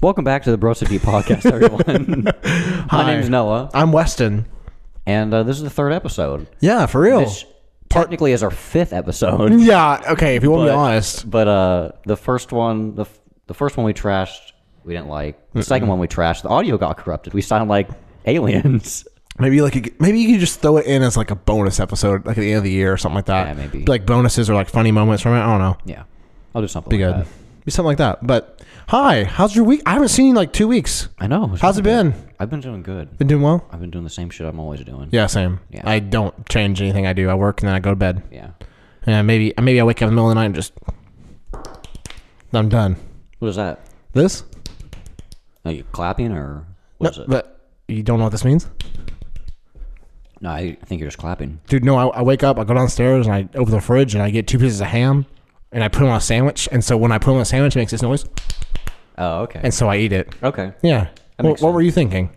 Welcome back to the Brosity Podcast, everyone. My name's Noah, I'm Weston. and uh, this is the third episode. Yeah, for real. This technically is our fifth episode, yeah, okay, if you want to But- be honest. but uh, the first one, the f- the first one we trashed, we didn't like. The second one we trashed, the audio got corrupted. We sound like aliens. Maybe like you could- maybe you could just throw it in as like a bonus episode, like at the end of the year or something like that. Yeah, maybe. Like bonuses or like funny moments from it. I don't know. yeah, I'll do something. Be like good. that. Be something like that. But hi, how's your week? I haven't seen you in like two weeks. I know. What's How's wrong it with been? you? I've been doing good. Been doing well? I've been doing the same shit I'm always doing. Yeah, same. Yeah. I don't change anything I do. I work and then I go to bed. Yeah. And maybe maybe I wake up in the middle of the night and just I'm done. What is that? This? Are you clapping or what is it? But you don't know what this means? No, I I think you're just clapping. Dude, no, I, I wake up, I go downstairs, and I open the fridge, and I get two pieces of ham, and I put them on a sandwich. And so when I put them on a sandwich, it makes this noise, Oh, okay. and so I eat it. okay. Yeah. That Well, makes what were you thinking?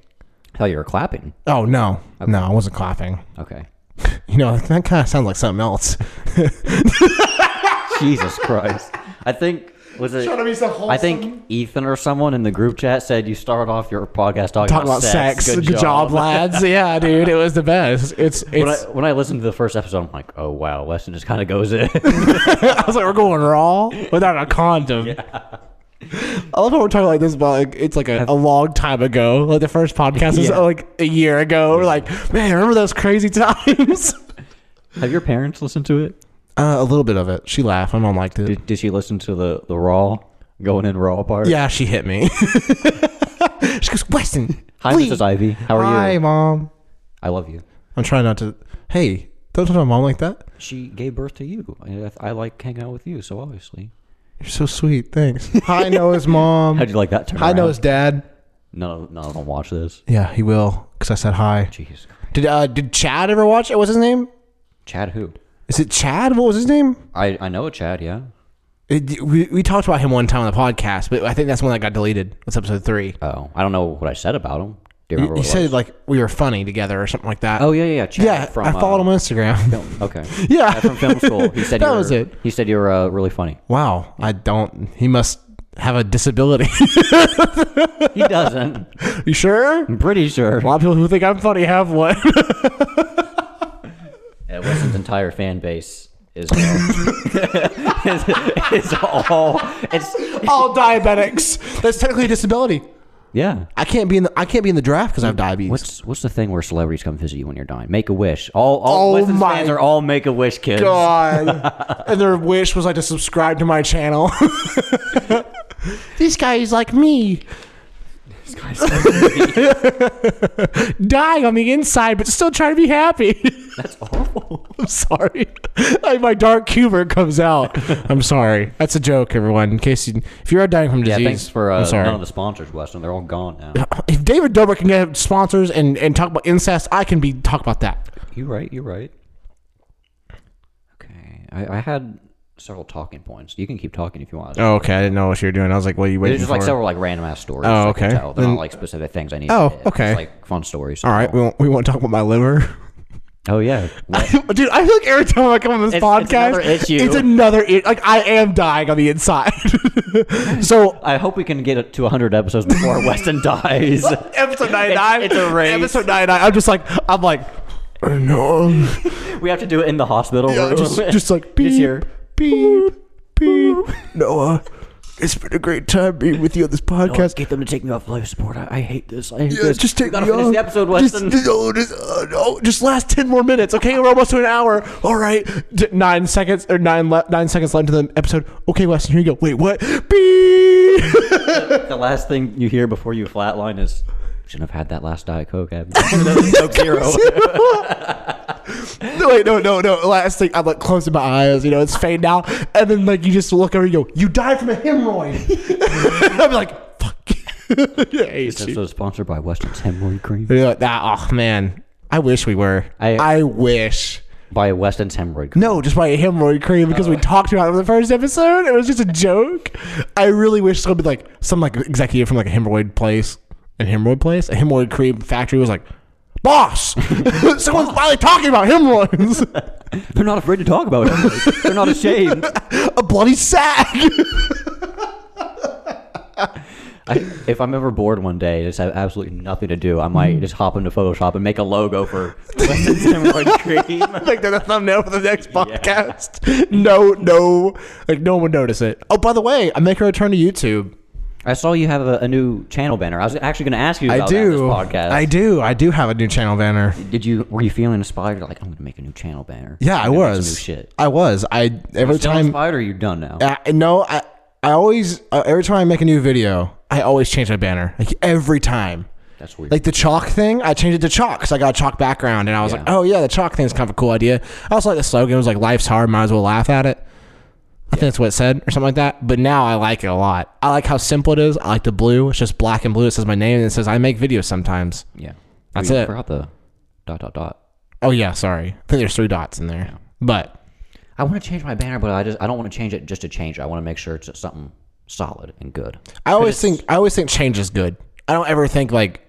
Hell, you were clapping. Oh, no. No, I wasn't coughing. Okay. You know, that kind of sounds like something else. Jesus Christ. I think was it. to be so wholesome. I think Ethan or someone in the group chat said you started off your podcast talking, Talking about sex. Good, job. job. lads. Yeah, dude, it was the best. It's, When I, it's, when I listened to the first episode, I'm like, oh wow, Weston just kind of goes in. I was like, we're going raw without a condom. I love how we're talking like this about like it's like a, a long time ago. Like the first podcast was Yeah. like a year ago. We're like, man, remember those crazy times? Have your parents listened to it? Uh, a little bit of it. She laughed. My mom liked it. Did, did she listen to the the raw going in raw part? Yeah, she hit me. she goes, Weston. Hi, please." Mrs. Ivy. How are Hi, you? mom. I love you. I'm trying not to. Hey, don't talk to my mom like that. She gave birth to you. I, I like hanging out with you, so obviously. You're so sweet. Thanks. Hi, Noah's mom. How'd you like that turn? Hi, Noah's dad. No, no, don't watch this. Yeah, he will because I said hi. Jesus Christ. Did uh, did Chad ever watch it? What's his name? Chad who? Is it Chad? What was his name? I, I know a Chad, yeah. It, we, we talked about him one time on the podcast, but I think that's when that got deleted. That's episode three. Oh, I don't know what I said about him. Do you You, remember you what it was? said like we were funny together or something like that. Oh, yeah, yeah, yeah. Chad yeah. from, I followed him on Instagram. him. Okay. yeah, Chad from film school. He said That you were, was it. He said you were uh, really funny. Wow, I don't. He must have a disability. He doesn't. you sure? I'm pretty sure. A lot of people who think I'm funny have one. Yeah, Weston's entire fan base is, is, is all. It's, All diabetics. That's technically a disability. yeah. I can't be in the I can't be in the draft because I have diabetes. What's what's the thing where celebrities come visit you when you're dying? Make a wish. All all Oh Weston's my fans are all make a wish kids. God? and their wish was like to subscribe to my channel. this guy is like me. This guy's so- dying on the inside, but still trying to be happy. That's awful. I'm sorry. Like, my dark humor comes out. I'm sorry. That's a joke, everyone. In case you, if you are dying from Yeah, disease, thanks for uh, I'm sorry. none of the sponsors, Weston. They're all gone now. if David Dobrik can get sponsors and, and talk about incest, I can be talk about that. you right. You right. Okay, I, I had several talking points. You can keep talking if you want. Oh, okay. I didn't know what you were doing. I was like, what are you There's waiting just like several like random ass stories. Oh, I can okay. tell. They're Then- not like specific things I need. Oh, to hit. It's, okay. like fun stories. All right, we won't, we won't talk about my liver. Oh yeah. What- Dude, I feel like every time I come on this It's- it's podcast, another issue. it's another i- Like I am dying on the inside. so I hope we can get it to 100 episodes before Weston dies. episode ninety nine, It's- it's a race. Episode ninety nine. I'm just like I'm like, "Oh, no, We have to do it in the hospital. Yeah, room. just, just like beep, here. beep, beep. Noah, it's been a great time being with you on this podcast. Get them to take me off life support. I, I hate this. I hate Yeah, this. just We take gotta me finish off. the episode, Just- Weston. Just, oh, just, uh, no, just last ten more minutes. Okay, we're almost to an hour. All right, D- nine seconds or nine le- nine seconds left to the episode. Okay, Weston, here you go. Wait, what? Beep. the last thing you hear before you flatline is shouldn't have had that last diet coke. I have Coke zero. No, wait, no, no, no. Last thing, I'm like closing my eyes. You know, it's fading out, and then like you just look over and you go, "You died from a hemorrhoid." I'm like, "Fuck." I hate This you. episode is sponsored by Weston's hemorrhoid cream. They're like, "Ah, oh man, I wish we were. I- I, wish. By Weston's hemorrhoid cream. No, just by hemorrhoid cream because Oh. we talked about it in the first episode. It was just a joke. I really wish somebody like some like executive from like a hemorrhoid place, an hemorrhoid place, a hemorrhoid cream factory was like, "Boss, someone's finally talking about hemorrhoids." They're not afraid to talk about it. They're not ashamed. a bloody sack. I, if I'm ever bored one day, just have absolutely nothing to do, I might just hop into Photoshop and make a logo for Weston's Hemorrhoid Cream. Like that a thumbnail for the next podcast. No, no, like no one would notice it. Oh, by the way, I make a return to YouTube. I saw you have a, a new channel banner. I was actually going to ask you I about that in do. this Oh, podcast. I do. I do have a new channel banner. Did you were you feeling inspired? Like I'm going to make a new channel banner. Yeah, I I'm gonna make some was. new shit. I was. I every Still time. inspired, or you done now? I, no, I I always uh, every time I make a new video, I always change my banner. Like every time. That's weird. Like the chalk thing, I changed it to chalk because I got a chalk background, and I was like, Yeah. "Oh yeah, the chalk thing's kind of a cool idea." I also like the slogan; it was like, "Life's hard, might as well laugh at it." I think that's what it said, or something like that. But now I like it a lot. I like how simple it is. I like the blue; it's just black and blue. It says my name, and it says I make videos sometimes. yeah, That's We it. Forgot the dot dot dot. Oh yeah, sorry. I think there's three dots in there, but I want to change my banner, but I just I don't want to change it just to change it. I want to make sure it's something solid and good. I always think I always think change is good. I don't ever think like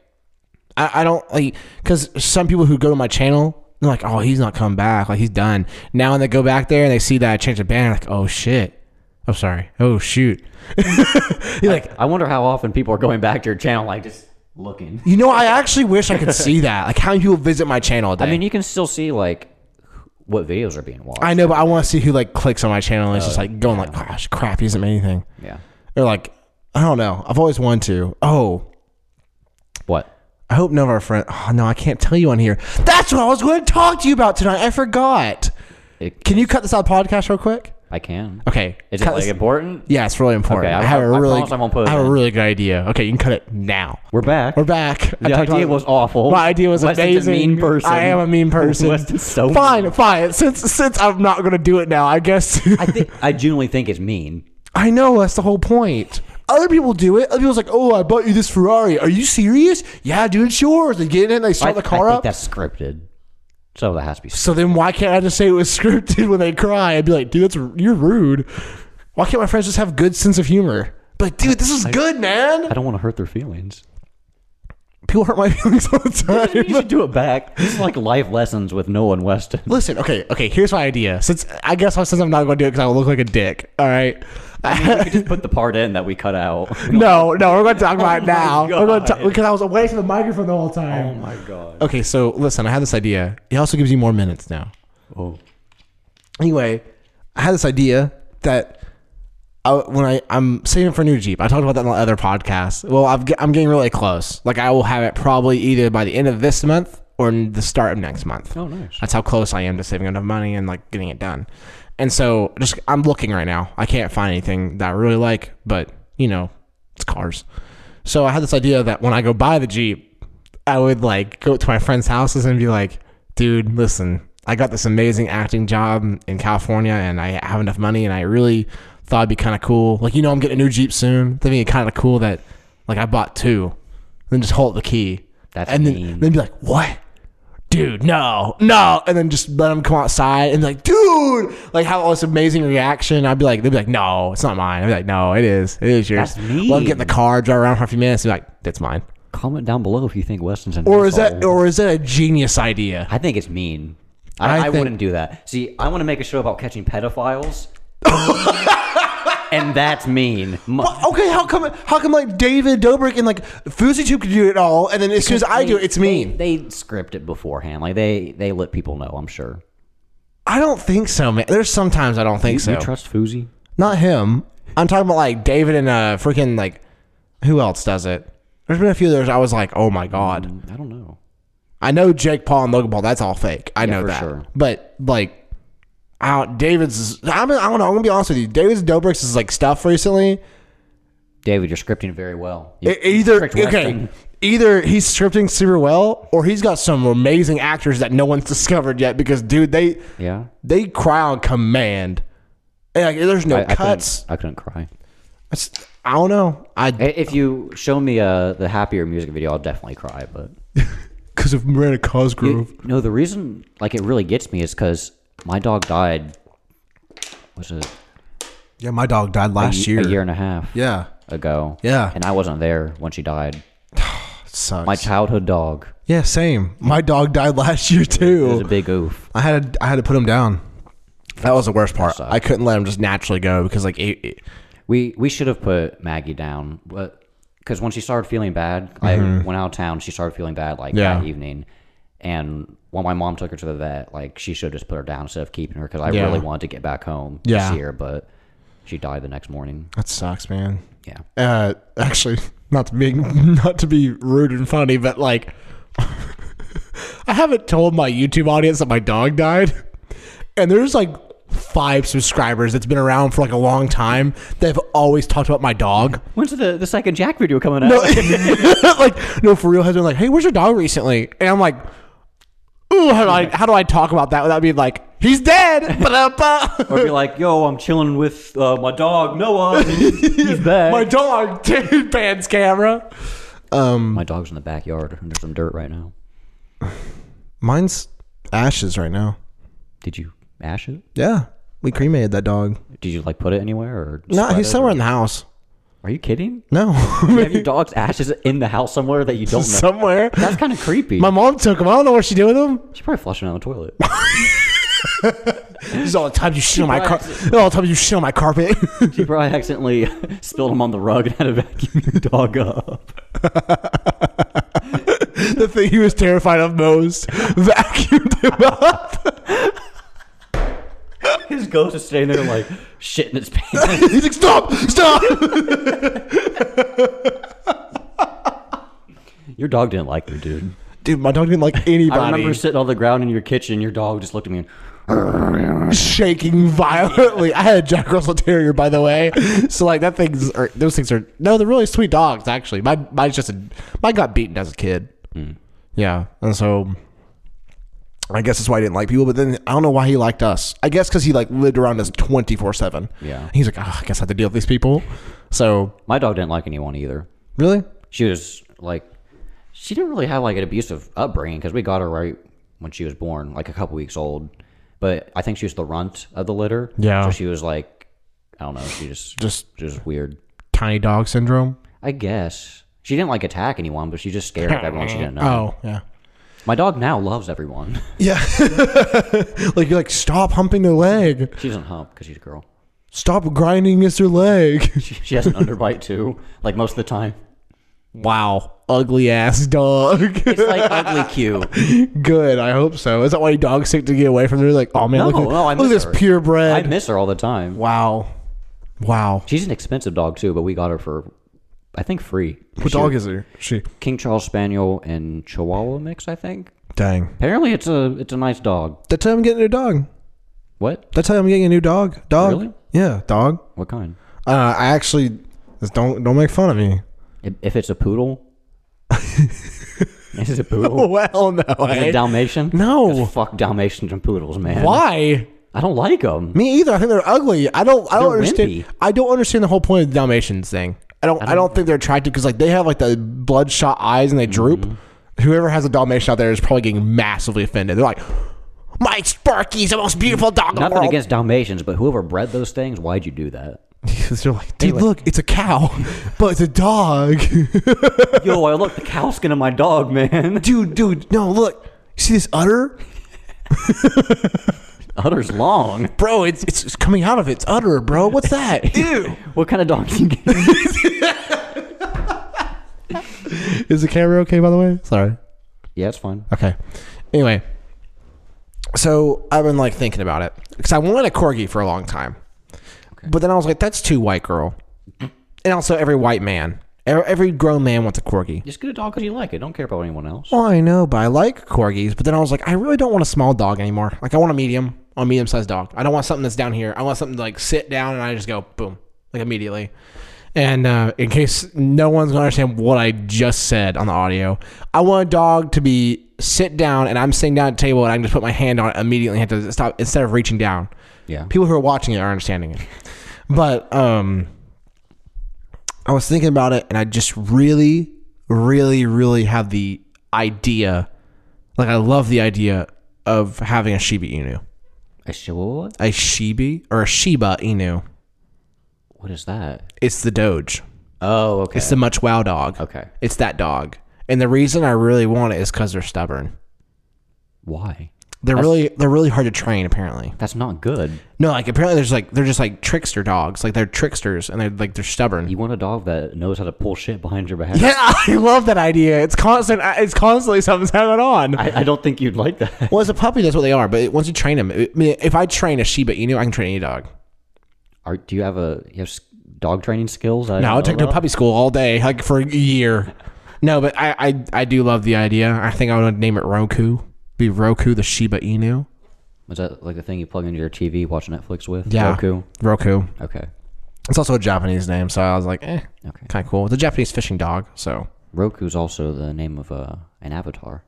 I, I don't like because some people who go to my channel they're like, oh, he's not coming back, like he's done. Now and they go back there and they see that I changed the banner, like, oh shit, I'm sorry, oh shoot. You're like, I wonder how often people are going back to your channel, like just looking. you know, I actually wish I could see that. Like, how many people visit my channel a day? I mean, you can still see like what videos are being watched. I know, but I want to see who like clicks on my channel Oh, and is just like going like, gosh, crap, he doesn't make anything. yeah. Or like, I don't know. I've always wanted to. Oh, What? I hope none of our friends. Oh, no, I can't tell you on here. That's what I was going to talk to you about tonight. I forgot. It, Can you cut this out of podcast real quick? I can. Okay. Is it cut like this- important? yeah, it's really important. Okay, I, I- have a I- I really, promise I won't put it have a in. really good idea. Okay, you can cut it now. We're back. We're back. The I talked idea about- was awful. My idea was Weston's amazing. A mean person. I am a mean person. Weston's so fine, mean. fine. Since since I'm not gonna do it now, I guess. I think I genuinely think it's mean. I know that's the whole point. Other people do it. Other people's like, "Oh, I bought you this Ferrari. Are you serious? Yeah, dude, it's yours." They get in, they I, start the car I think up. that's scripted. So that has to be. So then why can't I just say it was scripted when they cry? I'd be like, dude, that's you're rude. Why can't my friends just have good sense of humor? But like, dude, this is good, man. I don't want to hurt their feelings. People hurt my feelings all the you time. should do it back. This is like life lessons with Noah and Weston. Listen, okay, okay. Here's my idea. Since I guess since I'm not going to do it because I will look like a dick. All right. we could just put the part in that we cut out. No, no, we're going to talk about it Oh my now. We're going to talk God. Oh because I was away from the microphone the whole time. my god. Okay, so listen, I had this idea. It also gives you more minutes now. Oh. anyway, I had this idea that I, when I I'm saving for a new Jeep, I talked about that on the other podcast. Well, I've, ge- I'm getting really close. Like I will have it probably either by the end of this month or in the start of next month. Oh, nice. That's how close I am to saving enough money and like getting it done. And so just I'm looking right now. I can't find anything that I really like, but you know, it's cars. So I had this idea that when I go buy the Jeep, I would like go to my friends' houses and be like, dude, listen, I got this amazing acting job in California and I have enough money and I really thought it'd be kind of cool. Like, you know, I'm getting a new Jeep soon. That'd be kind of cool that like I bought two. Then just hold the key. That's and then, mean. then be like, what? Dude, no, no. And then just let them come outside and be like, dude, like have all this amazing reaction. I'd be like, they'd be like, no, it's not mine. I'd be like, no, it is. It is yours. That's Let 'em get in mean. the car, drive around for a few minutes, and be like, that's mine. Comment down below if you think Weston's an Or is asshole. that or is that a genius idea? I think it's mean. I, I I, think- wouldn't do that. See, I want to make a show about catching pedophiles. and that's mean. Mu- Well, okay, how come how come like David Dobrik and like Fousey Tube could do it all, and then as soon as I do it, it's mean. They, they script it beforehand. Like they they let people know, I'm sure. I don't think so, man. There's sometimes I don't think so. You trust Fousey? Not him. I'm talking about like David and uh freaking like who else does it? There's been a few others I was like, oh my god. Mm, I don't know. I know Jake Paul and Logan Paul. That's all fake. I know for that. sure. But like, out David's. I'm. I don't know. I'm gonna be honest with you. David's Dobrik's is like stuff recently. David, you're scripting very well. You E- either tricked Weston. okay. Either he's scripting super well, or he's got some amazing actors that no one's discovered yet. Because dude, they Yeah. they cry on command. And, like, there's no I, I cuts. couldn't, I couldn't cry. I, s- I don't know. I I- If you show me uh, the happier music video, I'll definitely cry. But because of Miranda Cosgrove. no, the reason like it really gets me is because my dog died. Was it yeah, my dog died a last year, a year and a half Yeah, ago? Yeah. and I wasn't there when she died. sucks. My childhood dog. yeah, same. My dog died last year It too. was a big oof. I had to, I had to put him down. That was the worst part. sucked. I couldn't let him just naturally go because like it, it- We we should have put Maggie down, but because when she started feeling bad, I went out of town. She started feeling bad like Mm-hmm. Yeah. that evening, and when my mom took her to the vet, like she should have just put her down instead of keeping her because I Yeah. really wanted to get back home Yeah. to see her, but she died the next morning. That sucks, man. Yeah, Uh, actually, not to be not to be rude and funny, but like, I haven't told my YouTube audience that my dog died, and there's like five subscribers that's been around for like a long time that have always talked about my dog. when's the the second Jack video coming out? like, no, for real, has been like, hey, where's your dog recently? And I'm like, ooh, how do I how do I talk about that without being like, he's dead? Ba-da-ba. or be like, yo, I'm chilling with uh, my dog Noah. and He's, he's back. my, my dog, dude, Pan's camera. dog's in the backyard under some dirt right now. Mine's ashes right now. Did you ash it? Yeah, we cremated that dog. Did you like put it anywhere? Or No, spread he's it, somewhere or- in the house. Are you kidding? No, You have your dog's ashes in the house somewhere that you don't know. somewhere. That's kind of creepy. My mom took him. I don't know what she did with him. she probably flushed it down the toilet. This is all the times you shit on my car- carpet. All the times you shit on my carpet. she probably accidentally spilled him on the rug and had to vacuum your dog up. the thing he was terrified of most vacuumed him up. His ghost is standing there like shit in his pants. He's like, stop, stop. Your dog didn't like you, dude. Dude, my dog didn't like anybody. I remember sitting on the ground in your kitchen. Your dog just looked at me and shaking violently. I had a Jack Russell Terrier, by the way. So like that things are those things are no, they're really sweet dogs. Actually, my mine's just a mine got beaten as a kid. Yeah, and so I guess that's why I didn't like people. But then I don't know why he liked us. I guess because he like lived around us twenty four seven. Yeah. he's like, oh, I guess I have to deal with these people. So my dog didn't like anyone either. really, She was like, she didn't really have like an abusive upbringing because we got her right when she was born, like a couple weeks old. But I think she was the runt of the litter. Yeah. So she was like, I don't know. She just just just weird. tiny dog syndrome. I guess. She didn't like attack anyone, but she just scared of everyone she didn't know. Oh yeah. My dog now loves everyone. Yeah, like you're like stop humping their leg, she doesn't hump because she's a girl. stop grinding against their leg. She, she has an underbite too, like most of the time. Wow. Ugly ass dog. It's like ugly cute. Good. I hope so. Is that why dogs sick to get away from? They're like, oh man, No, look, at, no, I look miss at this her. I purebred. miss her all the time. wow. Wow. She's an expensive dog too, but we got her for, I think, free. What dog is it? She. King Charles Spaniel and Chihuahua mix, I think. Dang. Apparently, it's a it's a nice dog. That's how I'm getting a new dog. What? That's how I'm getting a new dog. Dog. Really? Yeah, dog. What kind? Uh, I actually just don't don't make fun of me. If, if it's a poodle, this is a poodle. Well, no. Is eh? it Dalmatian? No. 'Cause Fuck Dalmatians and poodles, man. Why? I don't like them. Me either. I think they're ugly. I don't. I don't They're understand. wimpy. I don't understand the whole point of the Dalmatians thing. I don't. I don't, think they're attractive because like they have like the bloodshot eyes and they droop. Whoever has a Dalmatian out there is probably getting massively offended. They're like, my Sparky's the most beautiful dog in the Nothing world. against Dalmatians, but whoever bred those things, why'd you do that? Because they're like, dude, look, it's a cow, but it's a dog. Yo, I look the cow skin of my dog, man. dude, dude, no, look, you see this udder, Udder's long. bro? It's it's, it's coming out of its udder, bro. What's that? Ew. What kind of dog do you get? Is the camera okay? By the way, sorry. yeah, it's fine. Okay. Anyway, so I've been like thinking about it because I wanted a corgi for a long time, but then I was like, that's too white girl, and also every white man, every, every grown man wants a corgi. Just get a dog because you like it. Don't care about anyone else. Well, Oh, I know, but I like corgis. But then I was like, I really don't want a small dog anymore. Like I want a medium, a medium sized dog. I don't want something that's down here. I want something to like sit down and I just go boom, like immediately. And uh, in case no one's gonna understand what I just said on the audio, I want a dog to be sit down and I'm sitting down at a table and I can just put my hand on it immediately and have to stop instead of reaching down. Yeah. People who are watching it are understanding it. But um I was thinking about it and I just really, really, really have the idea. Like I love the idea of having a Shiba Inu. A Chihuahua? A Shiba or a Shiba Inu. What is that? It's the Doge. Oh, okay. It's the much wow dog. okay. It's that dog. And the reason I really want it is because they're stubborn. Why? They're really they're really hard to train apparently. That's not good. No, like apparently there's like they're just like trickster dogs. Like they're tricksters and they're like they're stubborn. You want a dog that knows how to pull shit behind your back. Yeah, I love that idea. It's constant. uh, It's constantly something's going on. I, I don't think you'd like that. well, as a puppy, that's what they are. But once you train them, I mean, if I train a Shiba Inu, I can train any dog. Are, do you have a you have s- dog training skills? I No, don't I'll know take them to about? puppy school all day, like for a year. No, but I, I I do love the idea. I think I would name it Roku. Be Roku the Shiba Inu. Is that like the thing you plug into your TV, watch Netflix with? Yeah. Roku. Roku. Okay. It's also a Japanese name, so I was like, eh, Okay. kind of cool. It's a Japanese fishing dog, so Roku's also the name of uh, an avatar.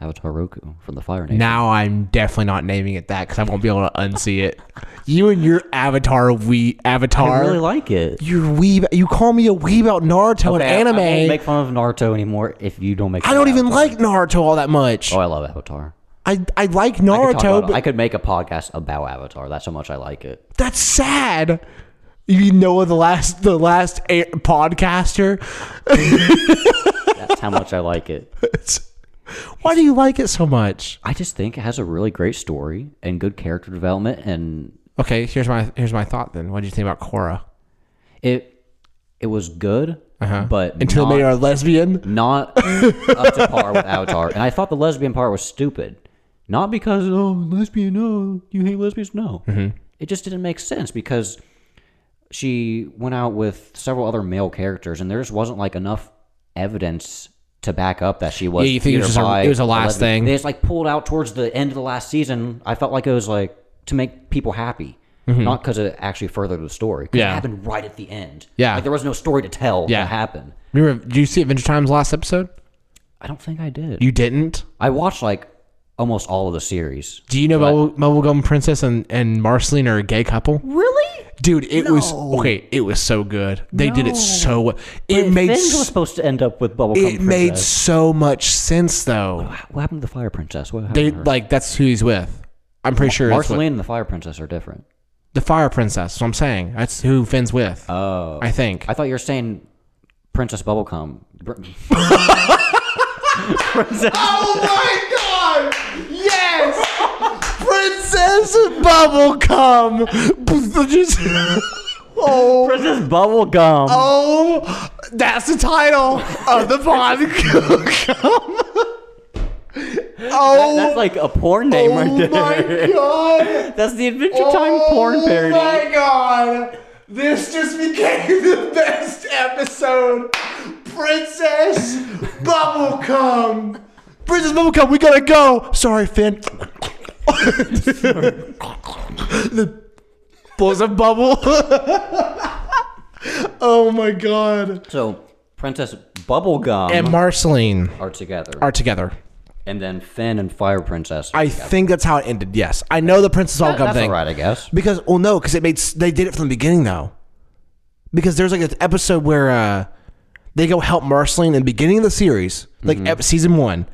Avatar Roku from the Fire Nation. Now I'm definitely not naming it that because I won't be able to unsee it. You and your avatar, we I avatar. really like it. you weeb. You call me a weeb about Naruto I- and I won't anime. make fun of Naruto anymore if you don't make. I fun don't of even Avatar. like Naruto all that much. Oh, I love Avatar. I I like I could, talk Naruto, about- but I could make a podcast about Avatar. That's how much I like it. that's sad. You know the last the last a- podcaster. That's how much I like it. It's- Why do you like it so much? I just think it has a really great story and good character development, and Okay, here's my here's my thought. Then, what do you think about Korra? it it was good, but Until not, they are lesbian. not up to par with Avatar. And I thought the lesbian part was stupid, not because oh lesbian, no, you hate lesbians, no. Mm-hmm. It just didn't make sense because she went out with several other male characters, and there just wasn't like enough evidence to back up that she was. Yeah, you think it was either just a- bi it was a or last lesbian. thing. They just like pulled out towards the end of the last season. I felt like it was like to make people happy. Not because it actually furthered the story. 'cause Mm-hmm. Yeah. it happened right at the end. Yeah. like there was no story to tell. Yeah. that happened. Remember? Did you see Adventure Time's last episode? I don't think I did. You didn't. I watched like almost all of the series. Do you know Bubble, Bubblegum Princess and, and Marceline are a gay couple? Really? Dude, it was okay. It was so good. They did it so well. It made Finn s- was supposed to end up with Bubblegum it made Princess. so much sense though. What happened to the Fire Princess? What happened They to her? like that's who he's with. I'm pretty sure it's Marceline and the Fire Princess are different. the Fire Princess. So I'm saying that's who Finn's with. Oh. I think. I thought you were saying Princess Bubblegum. Br- Oh my god! Yes! Princess Bubblegum! Just, oh, Princess Bubblegum. Oh, that's the title of the podcast. oh, That's like a porn name right there. my god! That's the Adventure Time porn parody. Oh my god! This just became the best episode. Princess Bubblegum. Princess Bubblegum, we gotta go. Sorry, Finn. the blows a bubble. oh my god. So Princess Bubblegum And Marceline are together. are together. and then Finn and Fire Princess. I think that's how it ended. Yes, I know the Princess That- Bubblegum that's thing. all right, I guess. Because well, no, because it made s- they did it from the beginning though. Because there's like an episode where uh, they go help Marceline in the beginning of the series, like ep- season one.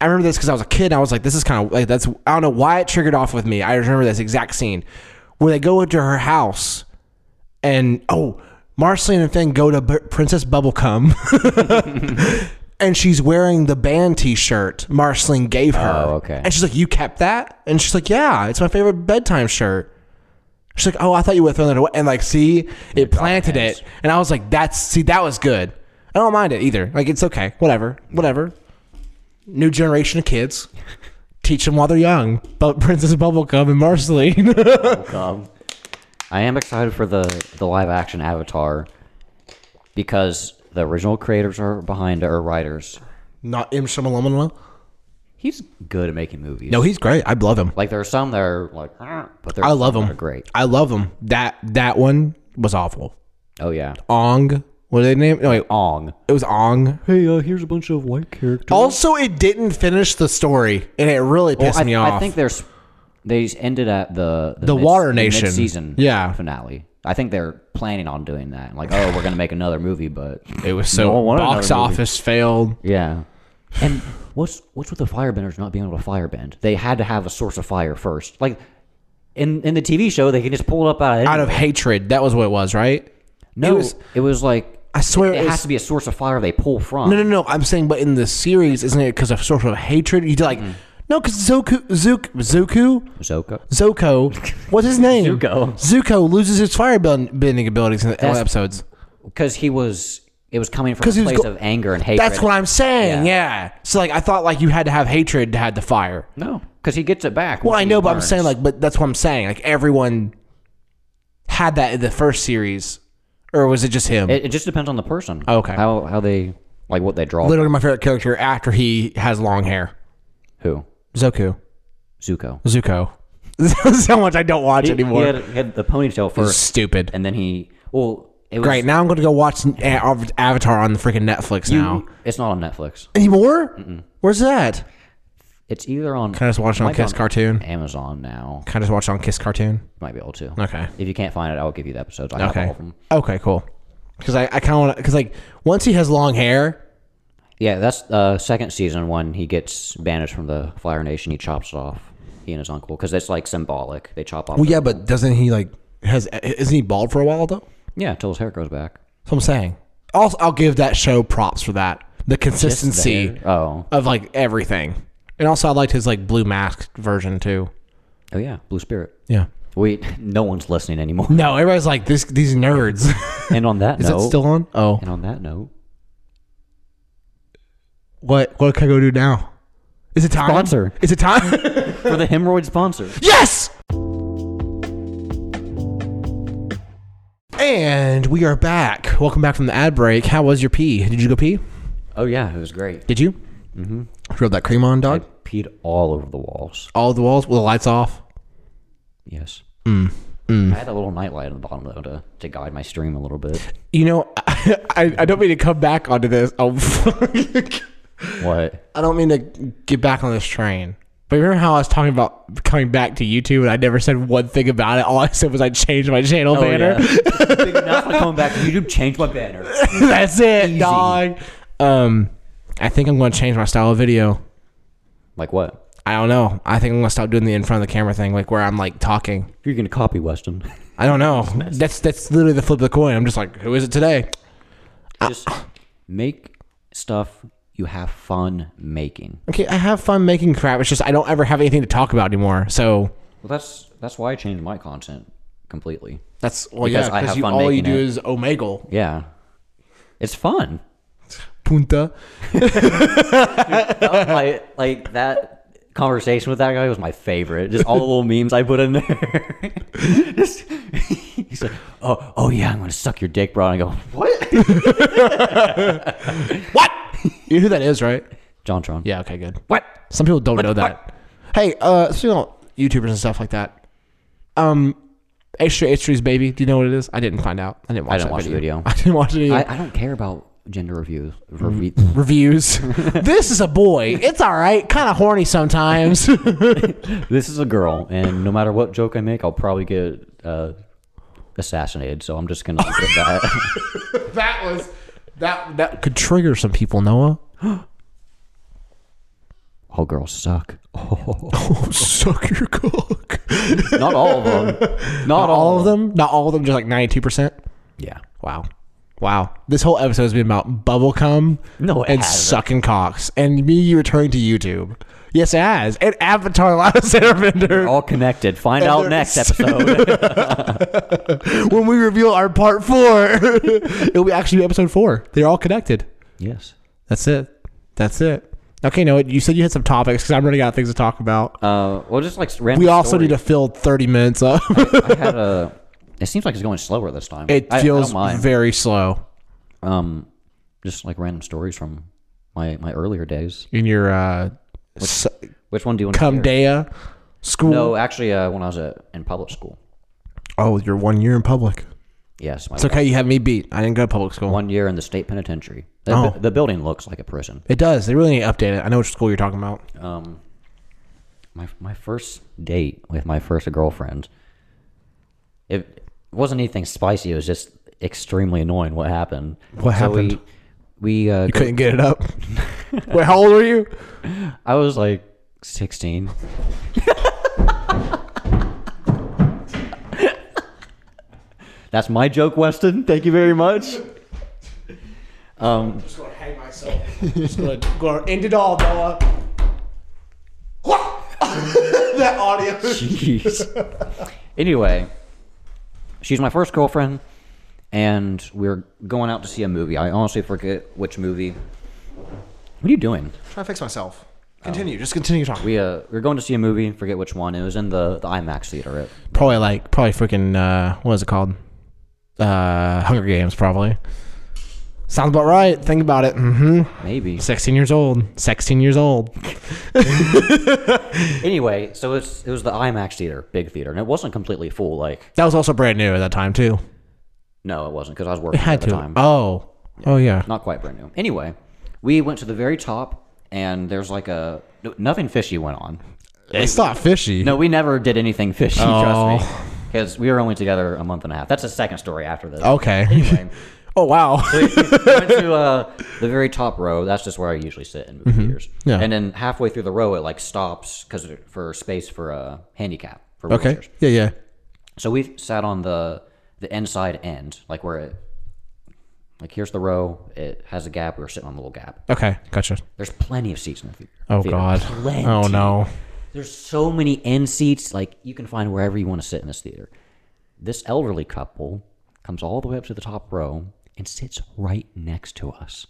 I remember this because I was a kid. and I was like, this is kind of like that's I don't know why it triggered off with me. I remember this exact scene where they go into her house, and oh, Marceline and Finn go to B- Princess Bubblegum. And she's wearing the band T-shirt Marceline gave her. Oh, okay. And she's like, "You kept that?" And she's like, "Yeah, it's my favorite bedtime shirt." She's like, "Oh, I thought you would have thrown it away." And like, see, it planted it, and I was like, "That's see, that was good." I don't mind it either. Like, it's okay, whatever, whatever. New generation of kids, teach them while they're young. But Princess Bubblegum and Marceline. Um, I am excited for the the live action Avatar because the original creators are behind it, or writers. Not M. Shyamalan. He's good at making movies. No, he's great. I love him. like there are some that are like, "Ah," but there are I love some that him. are great. I love him. That that one was awful. Oh yeah, Ong. What did they name? No, wait, Ong. it was Ong. Hey, uh, here's a bunch of white characters. Also, it didn't finish the story, and it really pissed I, me I off. think there's they just ended at the The Water Nation. season Yeah. finale. I think they're planning on doing that. Like, oh, we're gonna make another movie, but it was so No, I wanted box another movie. office failed. Yeah. And what's what's with the firebenders not being able to firebend? They had to have a source of fire first. Like in in the TV show, they can just pull it up out of, out of hatred. That was what it was, right? no. it was- like I swear it, it was- has to be a source of fire they pull from. Mm-hmm. No, no, no. I'm saying, but in the series, isn't it because of sort of hatred? You do, like No, because Zoku, Zook, Zoku, Zoka. Zoko, what's his name? Zuko. Zuko loses his fire bend- bending abilities in the That's- episodes. Because he was, it was coming from 'Cause a he was place go- of anger and hatred. That's what I'm saying. Yeah. So like, I thought like you had to have hatred to have the fire. No, because he gets it back. Well, once I he know, but I'm learns. saying like, but that's what I'm saying. Like everyone had that in the first series, or was it just him? it, it just depends on the person. Okay. How how they like what they draw. Literally, my favorite character after he has long hair, Who Zoku, Zuko Zuko. so much I don't watch anymore. He had, he had the ponytail first, Stupid. and then he well it was Great. Now I'm going to go watch an- Av- Avatar on the freaking Netflix now. It's not on Netflix. Anymore? Where's that? It's either on Can I just watch it on might be Kiss Cartoon? Amazon now. Can I just watch it on Kiss Cartoon? You might be able to. Okay. If you can't find it, I'll give you the episodes. I have all Okay. of them. Okay, cool. Because I, I kind of want to, because like once he has long hair, Yeah, that's uh, second season when he gets banished from the Fire Nation. He chops it off. He and his uncle, because it's like symbolic. They chop off. well, yeah, but doesn't he like, has, isn't he bald for a while though? yeah, until his hair grows back. That's what I'm saying. Also, I'll give that show props for that. The consistency Oh, of like everything. And also, I liked his like blue mask version too. oh yeah, Blue Spirit. Yeah. We no one's listening anymore. No, everybody's like, this, these nerds. And on that Is note, it still on? Oh. and on that note, What what can I go do now? Is it time? Sponsor. Is it time? for the hemorrhoid sponsor. yes. And we are back. Welcome back from the ad break. How was your pee? Did you go pee? Oh yeah, it was great. Did you? Mm-hmm. Rub that cream on, dog. Peed all over the walls. All the walls with the lights off. Yes. Mm. I had a little nightlight on the bottom though to, to guide my stream a little bit. You know, I, I, I don't mean to come back onto this. Oh, What? I don't mean to get back on this train. But remember how I was talking about coming back to YouTube and I never said one thing about it. All I said was I changed my channel Oh, banner. Big announcement coming back to YouTube. Change my banner. That's it, dog. Um, I think I'm going to change my style of video. Like what? I don't know. I think I'm going to stop doing the in front of the camera thing, like where I'm like talking. You're gonna copy Weston. I don't know. That's that's literally the flip of the coin. I'm just like, who is it today? Just make stuff you have fun making. Okay, I have fun making crap. It's just I don't ever have anything to talk about anymore. So Well, that's that's why I changed my content completely. that's well, Because yeah, I because have you, fun all you making do it. is omegle Yeah, it's fun. punta. I, Uh, like that conversation with that guy was my favorite. Just all the little memes I put in there. Just he's like, oh, oh yeah, I'm gonna suck your dick, bro. And I go, what? What? you know who that is, right? JonTron. Yeah. Okay. Good. What? Some people don't know that. Hey, uh, speaking of YouTubers and stuff like that, um, H3 H3's baby. Do you know what it is? I didn't find out. I didn't watch. didn't that watch the video. I didn't watch it either. I, I don't care about gender reviews. Review. Reviews. this is a boy. It's all right. Kind of horny sometimes. this is a girl, and no matter what joke I make, I'll probably get uh, assassinated. So I'm just gonna look at that. that was that that could trigger some people. Noah. All girls suck. Oh. Oh, suck your cock. Not all of them. Not, All of them. Not all of them. Just like ninety-two percent. Yeah. Wow. Wow. This whole episode has been about bubblegum No, it and hasn't. sucking cocks and me returning to YouTube. Yes, it has. And Avatar Last Airbender All connected. Find out they're- next episode. when we reveal our part four. It'll be actually be episode four. They're all connected. yes. That's it. That's it. Okay, no, you said you had some topics because I'm running out of things to talk about. Uh, well, just like random. we also stories. need to fill 30 minutes up. I had a. It seems like it's going slower this time. it I- I don't feels mind. very slow um, just like random stories from my my earlier days. in your uh, s- Which one do you want? cum to hear? dea school. No, actually, uh, when I was at, in public school. Oh, your one year in public. Yes, my It's okay. You have me beat. I didn't go to public school. one year in the state penitentiary. The, Oh. bu- the building looks like a prison. It does. They really need to update it. I know which school you're talking about. Um, my my first date with my first girlfriend. It wasn't anything spicy. It was just extremely annoying. What happened? What happened? We, we uh, You couldn't get it up. Wait, how old were you? I was like 16. That's my joke, Weston. Thank you very much. Um, just gonna hang myself. just gonna, gonna end it all, Noah. that audio. Jeez. anyway, she's my first girlfriend, and we're going out to see a movie. I honestly forget which movie. What are you doing? Trying to fix myself. Continue. Just continue talking. We uh, we are going to see a movie. Forget which one. It was in the the IMAX theater. It, Probably like probably freaking uh, what is it called? Uh, Hunger Games probably. Sounds about right. Think about it. Mm-hmm. maybe. 16 years old. 16 years old. Anyway, so it's it was the IMAX theater, big theater, and it wasn't completely full. Like That was also brand new at that time too. no, it wasn't because I was working Had at the to. time. Oh. Oh yeah. Not quite brand new. Anyway, we went to the very top, and there's like a no- nothing fishy went on. It's not fishy. No, we never did anything fishy. Trust Oh. me, because we were only together a month and a half. That's the second story after this. Okay. Anyway, oh wow. we went to uh, the very top row. That's just where I usually sit in movie theaters. Mm-hmm. Yeah. And then halfway through the row, it like stops because for space for uh, handicap for okay. wheelchairs. Yeah, yeah. So we sat on the the inside end, like where it, like here's the row. It has a gap. We were sitting on the little gap. Okay. Gotcha. There's plenty of seats in the theater. Oh theater. god. Plenty. Oh no. There's so many end seats. Like you can find wherever you want to sit in this theater. This elderly couple comes all the way up to the top row and sits right next to us.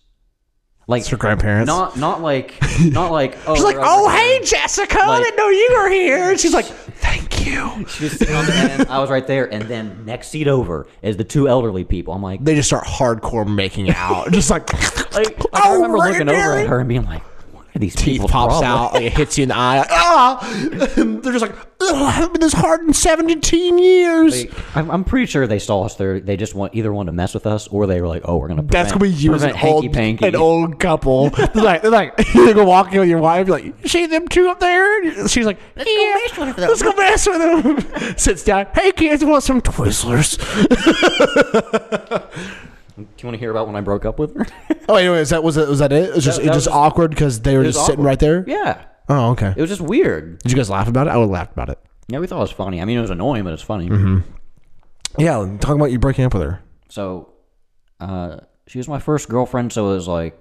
Like It's her grandparents. Not not like not like oh She's like, we're over oh here." hey Jessica, I Like- didn't know you were here. And she's like, thank you. She was sitting on the end. I was right there, and then next seat over is the two elderly people. I'm like, They just start hardcore making out, just like. "Oh, like, like, I remember right, looking over at Derek. her and being like, "What are these Teeth people?" pops problem?" out, like it hits you in the eye. like, ah! They're just like, "Ugh, I haven't been this hard in 17 years. I'm, I'm pretty sure they saw us. They they just want either wanted to mess with us, or they were like, "Oh, we're gonna." Prevent, That's gonna be you as an prevent old, hanky-panky." an old couple. they're like, they're like, they're gonna walk in with your wife. You're like, you see them two up there? And She's like, let's go yeah, mess with them." Let's go mess with them. Sits down. Hey kids, want some Twizzlers? Do you want to hear about when I broke up with her? Oh, anyway, is that was that was that it? It was just that it was just just- awkward because they were was just sitting awkward. right there. yeah, Oh, okay. it was just weird. Did you guys laugh about it? I would have laughed about it. Yeah, we thought it was funny. I mean, it was annoying, but it's funny. Mm-hmm. Yeah, talking about you breaking up with her. So, uh, she was my first girlfriend, so it was like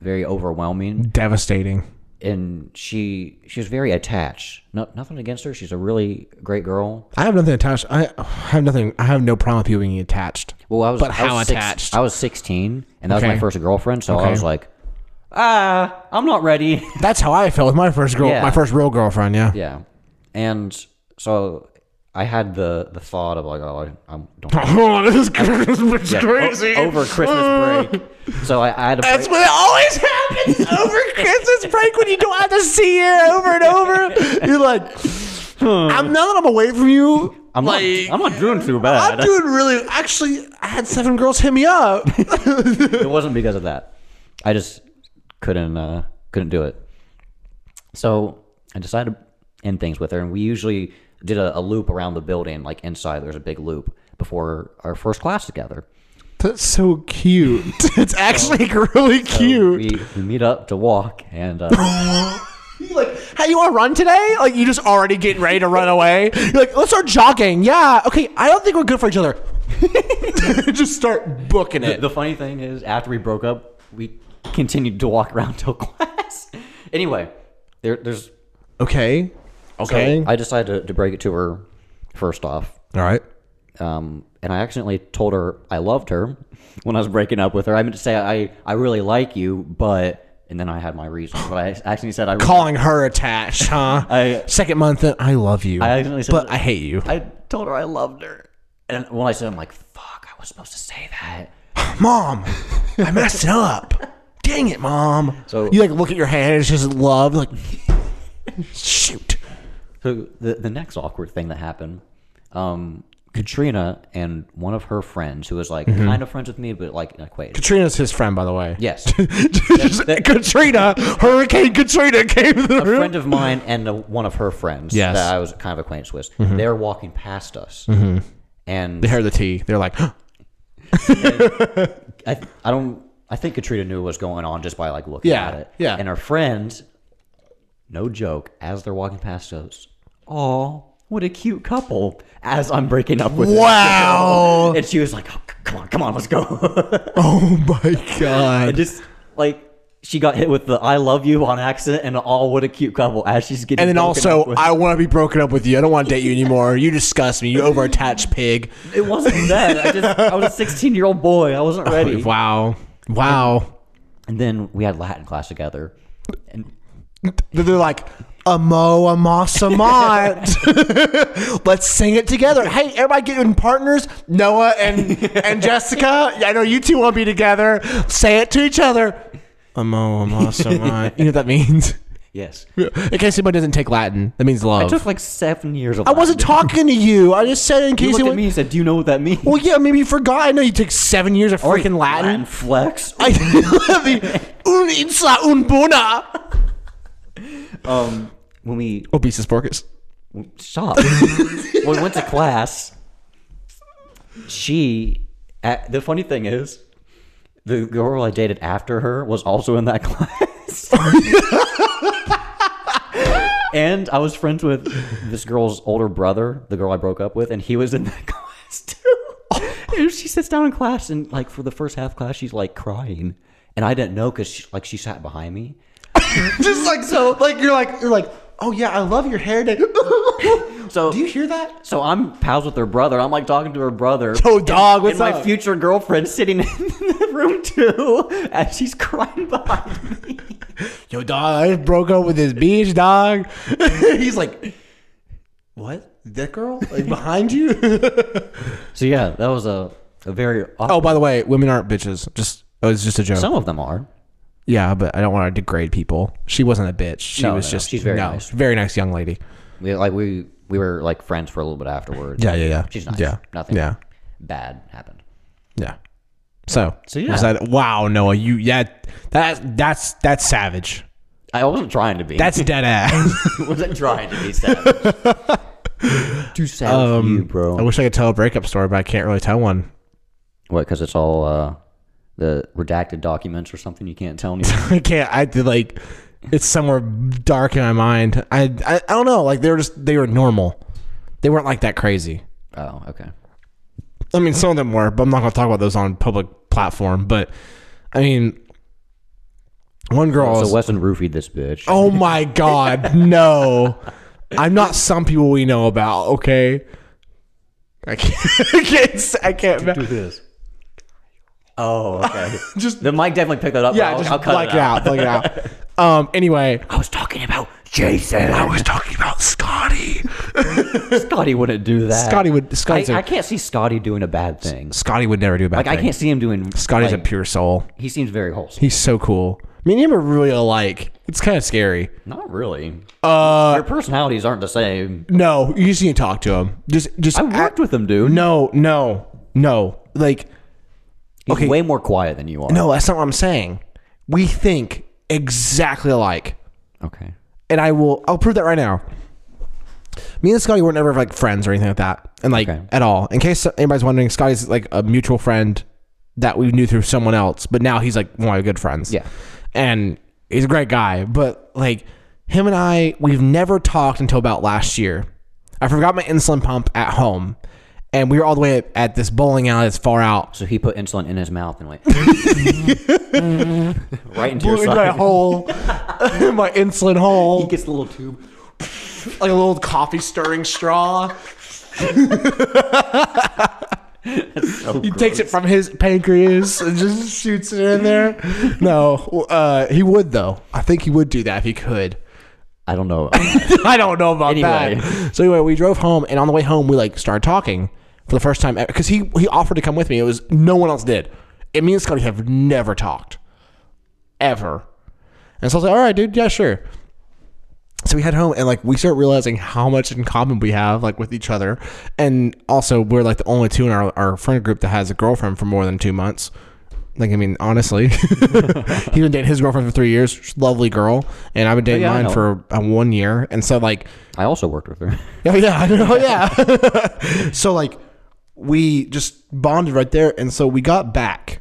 very overwhelming, Devastating. and she she was very attached. No, nothing against her. She's a really great girl. I have nothing attached. I I have nothing. I have no problem with you being attached. Well, I was. But I how was six- attached? I was 16, and that was Okay. my first girlfriend. So Okay. I was like, ah, I'm not ready. That's how I felt with my first girl, Yeah. my first real girlfriend. Yeah. yeah, and so I had the the thought of like, oh, I, I don't. Oh, this is Christmas Yeah, o- over Christmas break. So I, I had to. That's Break, what always happens over Christmas break when you go out to see her over and over. You're like, I'm now that I'm away from you. I'm like, not. I'm not doing too I'm bad. doing really. Actually, I had seven girls hit me up. it wasn't because of that. I just couldn't uh, couldn't do it. So I decided to end things with her, and we usually did a, a loop around the building, like inside. There's a big loop before our first class together. That's so cute. Oh. It's actually really cute. We, we meet up to walk, and uh, You're like, hey, you want to run today? Like, you just already getting ready to run away. You're like, let's start jogging. Yeah. Okay. I don't think we're good for each other. just start booking it. the funny thing is, after we broke up, we continued to walk around till class. anyway, there, there's Okay. Okay. I decided to, to break it to her first off, All right. um, and I accidentally told her I loved her when I was breaking up with her. I meant to say I I really like you, but and then I had my reasons, but I accidentally said I really- Calling her attached, huh? I- Second month, in, I love you. I accidentally said but I hate you. I told her I loved her, and when I said I'm like fuck, I was supposed to say that. Mom, I messed it up. Dang it, Mom. So- you like look at your hand and it's just love. Like, shoot. So the the next awkward thing that happened, um, Katrina and one of her friends who was like Mm-hmm. kind of friends with me, but like equated. Katrina's his friend, by the way. Yes, Just- Katrina, Hurricane Katrina came to the a room. friend of mine and a, one of her friends Yes. Mm-hmm. that I was kind of acquainted with. They were walking past us, and They heard the tea. They're like, I I don't I think Katrina knew what was going on just by like looking Yeah, at it. yeah. and her friends, no joke, as they're walking past us, oh. What a cute couple! As I'm breaking up with her." Wow. and she was like, oh, c- "Come on, come on, let's go." oh my and god. just like she got hit with the "I love you" on accident, and all what a cute couple as she's getting. And then broken also, up with. I want to be broken up with you. I don't want to date you anymore. You disgust me. You overattached pig. it wasn't that. I just I was a 16 year old boy. I wasn't ready. Wow. Wow. And then we had Latin class together, and Then They're like, Amo Amasamant. Let's sing it together. Hey, everybody get in partners. Noah and and Jessica. I know you two want to be together. Say it to each other. Amo Amasamant. You know what that means? yes, In case anybody doesn't take Latin, that means love. I took like seven years of. I wasn't talking to you. I just said in You case looked you at me and said, "Do you know what that means?" Well, yeah, maybe you forgot. I know you took seven years of freaking Latin. Latin flex. I the un insa un buna. Um, when we Obesus porcus. stop. when we went to class, she. Uh, the funny thing is, the girl I dated after her was also in that class. and I was friends with this girl's older brother, the girl I broke up with, and he was in that class too. And she sits down in class, and like for the first half class, she's like crying, and I didn't know because she, like she sat behind me. Just like so, like you're like you're like, oh yeah, I love your hair day. So Do you hear that? So I'm pals with her brother. I'm like talking to her brother. Yo, Oh, dog, and what's my up? future girlfriend sitting in the room too, and she's crying behind me. Yo, dog, I just broke up with this bitch, dog. He's like, what? That girl like behind you? So yeah, that was a, a very awkward. oh, by the way, women aren't bitches. Just oh, it's just a joke. Some of them are. yeah, but I don't want to degrade people. She wasn't a bitch. She No, was no, no. just She's very no, nice. very nice young lady. We like we we were like friends for a little bit afterwards. Yeah, yeah, yeah. She's nice. Yeah, Nothing. yeah. Bad happened. Yeah. So, So, yeah. was that- wow, Noah, you yeah, that that's that's savage. I wasn't trying to be. That's dead ass. I wasn't trying to be savage. Too savage for you, I bro. wish I could tell a breakup story, but I can't really tell one. What? Because it's all uh, the redacted documents or something. You can't tell anyone. I can't. I did like it's somewhere dark in my mind. I I, I don't know. Like they were just they were normal. They weren't like that crazy. oh, okay. I mean, some of them were, but I'm not going to talk about those on public platform. But I mean, one girl. was- So Weston roofied this bitch. Oh my God, no. I'm not some people we know about, okay? I can't, I can't, s- I can't, ma- this. Oh, okay. Just- the mic definitely picked that up. yeah, I'll, just I'll cut black it out. black it out. Um, anyway, I was talking about Jason. I was talking about Scotty. Scotty wouldn't do that. Scotty would, I, Scotty's a I can't see Scotty doing a bad thing. Scotty would never do a bad Like I thing. can't see him doing. Scotty's like, a pure soul. He seems very wholesome. He's so cool. Me and him are really alike. It's kind of scary. Not really. Uh, Their personalities aren't the same. no, you just need to talk to him. Just, just, I worked with him, dude. no, no, no. Like, He's okay. way more quiet than you are. no, that's not what I'm saying. We think exactly alike. Okay. and I will I'll prove that right now. Me and Scotty weren't ever like friends or anything like that, and like Okay. at all. In case anybody's wondering, Scotty's like a mutual friend that we knew through someone else, but now he's like one of my good friends. Yeah. and he's a great guy, but like him and I, we've never talked until about last year. I forgot my insulin pump at home, and we were all the way at, at this bowling alley that's far out. So he put insulin in his mouth and went right into your Blew into my side. hole, my insulin hole. He gets the little tube. like a little coffee stirring straw. Oh, he takes it from his pancreas and just shoots it in there. No, uh, he would though. I think he would do that if he could. I don't know. I don't know about Anyway. that. So anyway, we drove home, and on the way home, we like started talking for the first time because he he offered to come with me. It was no one else did. And me and Scotty have never talked, ever. And so I was like, "All right, dude, yeah, sure." So we head home, and like we start realizing how much in common we have, like with each other, and also we're like the only two in our our friend group that has a girlfriend for more than two months. Like I mean, honestly, he's been dating his girlfriend for three years, she's a lovely girl, and I've been dating Oh, yeah, I mine know. for uh, one year, and so like I also worked with her. yeah, yeah, I know, oh, yeah. so like we just bonded right there, and so we got back,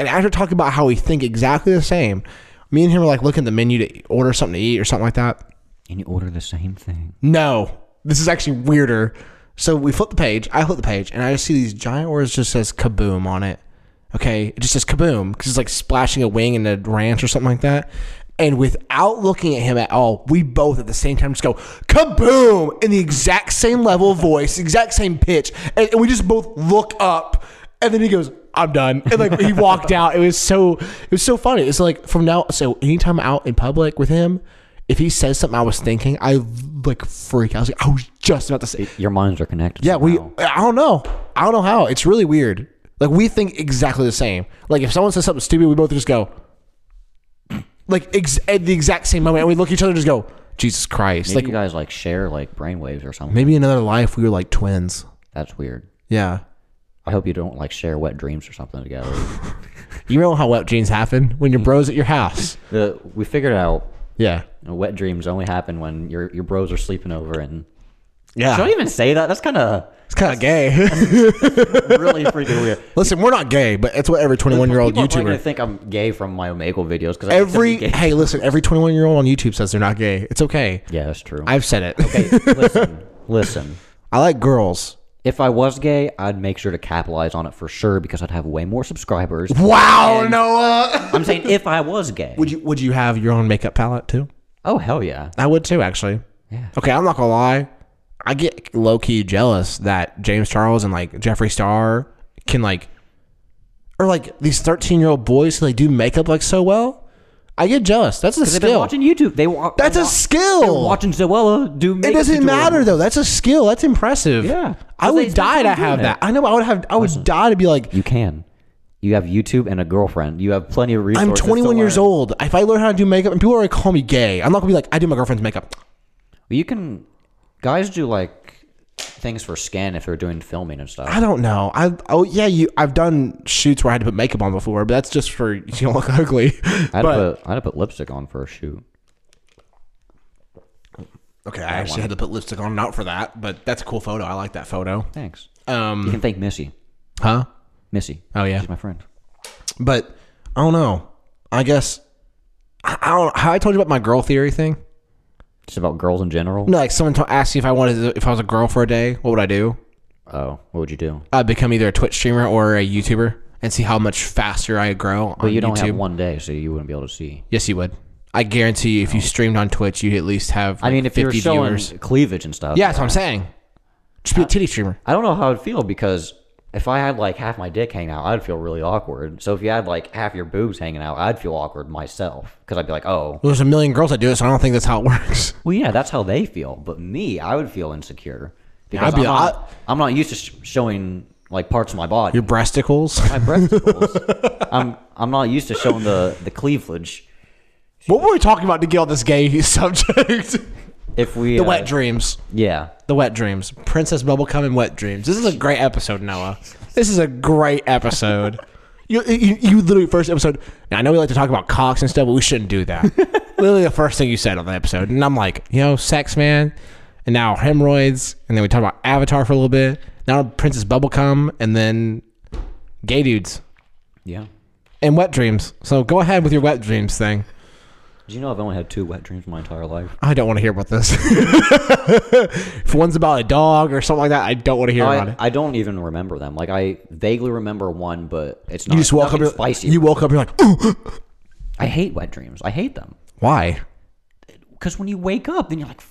and after talking about how we think exactly the same, me and him were like looking at the menu to order something to eat or something like that. And you order the same thing. No, this is actually weirder. So we flip the page. I flip the page, and I just see these giant words just says "kaboom" on it, Okay, it just says kaboom because it's like splashing a wing in a ranch or something like that. And without looking at him at all, we both at the same time just go kaboom in the exact same level of voice, exact same pitch, and, and we just both look up. And then he goes, "I'm done," and like he walked out. It was so it was so funny. It's like from now, so anytime I'm out in public with him, if he says something I was thinking, I like freak. I was like, I was just about to say, Your minds are connected. yeah, we. somehow. I don't know. I don't know how. It's really weird. Like we think exactly the same. Like if someone says something stupid, we both just go, like ex- at the exact same moment, and we look at each other and just go, Jesus Christ! Maybe Like you guys like share like brainwaves or something. maybe in another life we were like twins. That's weird. Yeah. I hope you don't like share wet dreams or something together. You know how wet dreams happen when your bros at your house. the, we figured out Yeah. you know, wet dreams only happen when your your bros are sleeping over and. Yeah. Don't even say that. That's kind of it's kind of gay. really freaking weird. Listen, we're not gay, but it's what every 21 year old People are probably YouTuber gonna think I'm gay from my Omegle videos because Every hey, listen, every 21 year old on YouTube says they're not gay. It's okay. yeah, that's true. I've said it. okay, listen, listen. I like girls. If I was gay, I'd make sure to capitalize on it for sure because I'd have way more subscribers. Wow, Noah. I'm saying if I was gay. Would you would you have your own makeup palette too? oh hell yeah. I would too, actually. Yeah. Okay, I'm not gonna lie. I get low key jealous that James Charles and like Jeffree Star can like, or like these 13 year old boys who like do makeup like so well. I get jealous. That's a They've been skill. watching YouTube. They wa- That's wa- a They're skill. watching Zoella do. It doesn't matter though. That's a skill. That's impressive. Yeah. I Because they would spend die to time doing have it. that. I know. I would have. I would die to be like. You can. You have YouTube and a girlfriend. You have plenty of resources. I'm to 21 years learn. old. If I learn how to do makeup, and people already call me gay, I'm not gonna be like, I do my girlfriend's makeup. You can. Guys do like things for skin if they're doing filming and stuff. I don't know. I oh yeah, you. I've done shoots where I had to put makeup on before, but that's just for you don't look ugly. I had, But- to put, I had to put lipstick on for a shoot. okay, I actually had to put lipstick on, not for that, but that's a cool photo. I like that photo. Thanks. You Um, can thank Missy. huh? Missy. Oh yeah. She's my friend. But I don't know. I guess I, I don't. How I told you about my girl theory thing. Just about girls in general. No, like someone t- asked me if I wanted, to, if I was a girl for a day, what would I do? Oh, what would you do? I'd become either a Twitch streamer or a YouTuber and see how much faster I grow. But you don't have one day, so you wouldn't be able to see. Yes, you would. I guarantee you, if you streamed on Twitch, you'd at least have. Oh. I mean, if you're showing Uh, viewers. cleavage and stuff. yeah, that's what I'm saying. Just be a titty streamer. I don't know how I'd feel because if I had like half my dick hanging out, I'd feel really awkward. So if you had like half your boobs hanging out, I'd feel awkward myself because I'd be like, oh, Well, there's a million girls that do it, so I don't think that's how it works. well, yeah, that's how they feel. But me, I would feel insecure because I'd be I'm, like, not, I, am not used to sh- showing like parts of my body. Your breasticles. my breasticles. I'm I'm not used to showing the the cleavage. what were we talking about to get on this gay subject? If we the uh, wet dreams. yeah, The wet dreams. Princess Bubblegum and wet dreams. This is a great episode, Noah. This is a great episode. you, you, you literally first episode. Now, I know we like to talk about cocks and stuff, but we shouldn't do that. literally, the first thing you said on the episode, and I'm like, you know, sex man, and now hemorrhoids, and then we talked about Avatar for a little bit. Now Princess Bubblegum, and then gay dudes yeah. and wet dreams. So go ahead with your wet dreams thing. Did you know I've only had two wet dreams my entire life? I don't want to hear about this. if one's about a dog or something like that, I don't want to hear about it. Oh, I, I don't even remember them. Like I vaguely remember one, but it's not. You just woke up. nothing you're- Spicy. You woke up. You're like, "Ooh." I hate wet dreams. I hate them why? because when you wake up, then you're like,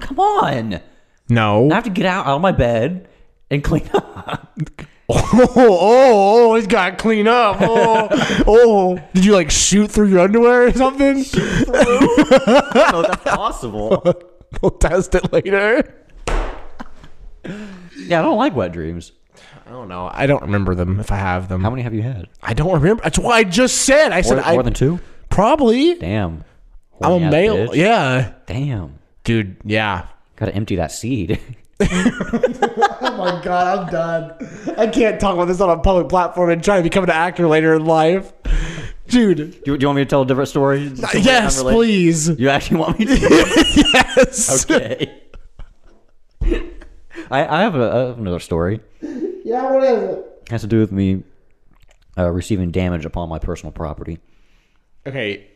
"Come on!" No. I have to get out, out of my bed and clean up. oh, oh, oh, he's got to clean up. Oh, oh, did you like shoot through your underwear or something? I don't know if Oh, that's possible. we'll test it later. yeah, I don't like wet dreams. I don't know. I don't remember them if I have them. How many have you had? I don't remember. That's what I just said. I said More, more I than two? probably. Damn. I'm a Horny-ass male. bitch. Yeah, Damn. dude. Yeah. Gotta empty that seed. Oh my god, I'm done. I can't talk about this on a public platform and try to become an actor later in life, dude. do, you, do you want me to tell a different story? Something Yes, unrelated? please. You actually want me to? Yes. okay. I, I, have a, I have another story. Yeah. What is it? has to do with me uh, receiving damage upon my personal property. Okay,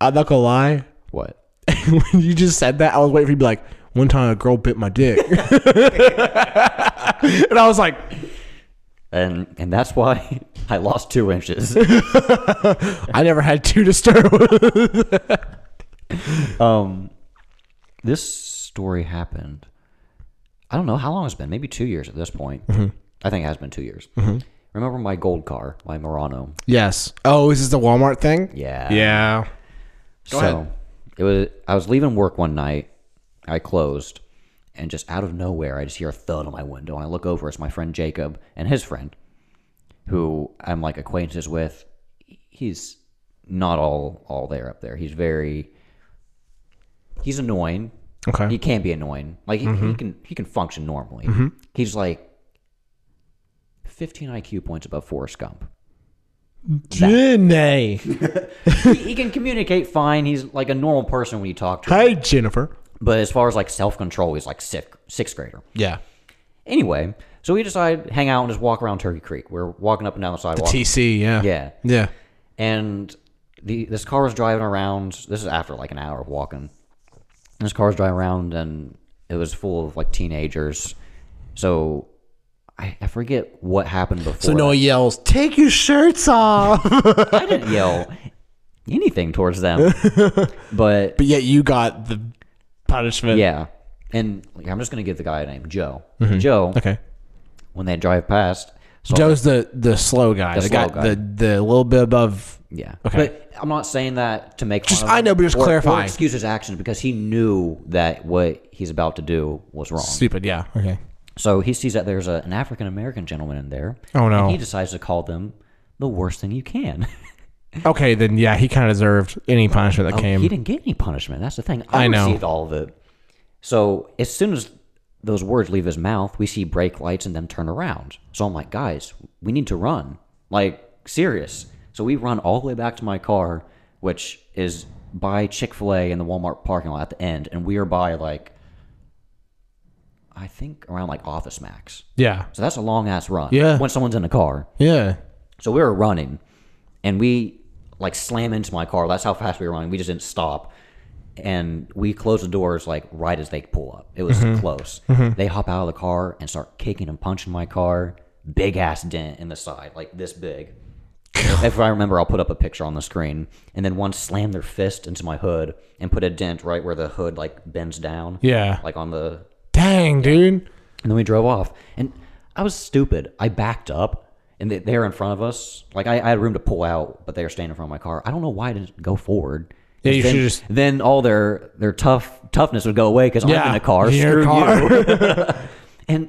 I'm not gonna lie. What? when you just said that, I was waiting for you to be like, one time a girl bit my dick. and I was like, and and that's why I lost two inches. I never had two to start with. um, this story happened. I don't know how long it's been. Maybe two years at this point. I think it has been two years. Remember my gold car, my Murano. Yes. Oh, is this the Walmart thing? Yeah. Yeah. so it was. I was leaving work one night. I closed, and just out of nowhere, I just hear a thud on my window. And I look over. It's my friend Jacob and his friend, who I'm like acquaintances with. He's not all all there up there. He's very. He's annoying. Okay. He can be annoying. Like he, he can he can function normally. He's like. 15 IQ points above Forrest Gump. Jenny. he, he can communicate fine. He's like a normal person when you talk to him. Hi, Jennifer. But as far as like self control, he's like sixth sixth grader. Yeah. Anyway, so we decide to hang out and just walk around Turkey Creek. We're walking up and down the sidewalk. TC. Yeah. yeah, Yeah. and the this car is driving around. This is after like an hour of walking. This car is driving around, and it was full of like teenagers. So I, I forget what happened before. So no one yells, "Take your shirts off!" I didn't yell anything towards them, but but yet you got the punishment. yeah. And like, I'm just gonna give the guy a name, Joe. Joe. Mm-hmm. Okay. When they drive past, so Joe's the the slow guy. The, slow guy, guy. The the little bit above. Yeah. Okay. But I'm not saying that to make Just- fun of I know, but just or- or clarify. excuse his actions because he knew that what he's about to do was wrong. Stupid. Yeah. Okay. So he sees that there's a, an African American gentleman in there. Oh, no. And he decides to call them the worst thing you can. Okay. Then yeah, he kind of deserved any punishment that came. Oh, he didn't get any punishment. That's the thing. I, I know. received all of it. So as soon as those words leave his mouth, we see brake lights and them turn around. So I'm like, guys, we need to run. Like, serious. So we run all the way back to my car, which is by Chick fil A in the Walmart parking lot at the end. And we are by, like, I think around like Office Max. Yeah. So that's a long ass run. Yeah. When someone's in a car. Yeah. So we were running, and we like slam into my car. That's how fast we were running. We just didn't stop, and we closed the doors like right as they pull up. It was close. They hop out of the car and start kicking and punching my car. Big ass dent in the side, like this big. if I remember, I'll put up a picture on the screen. And then one slammed their fist into my hood and put a dent right where the hood like bends down. Yeah. Like on the Dang, dude. and then we drove off. And I was stupid. I backed up, and they, they were in front of us. Like, I, I had room to pull out, but they were standing in front of my car. I don't know why I didn't go forward. Yeah, you then, should've just- Then all their their tough toughness would go away because I'm in a car. Screw Your car. you. And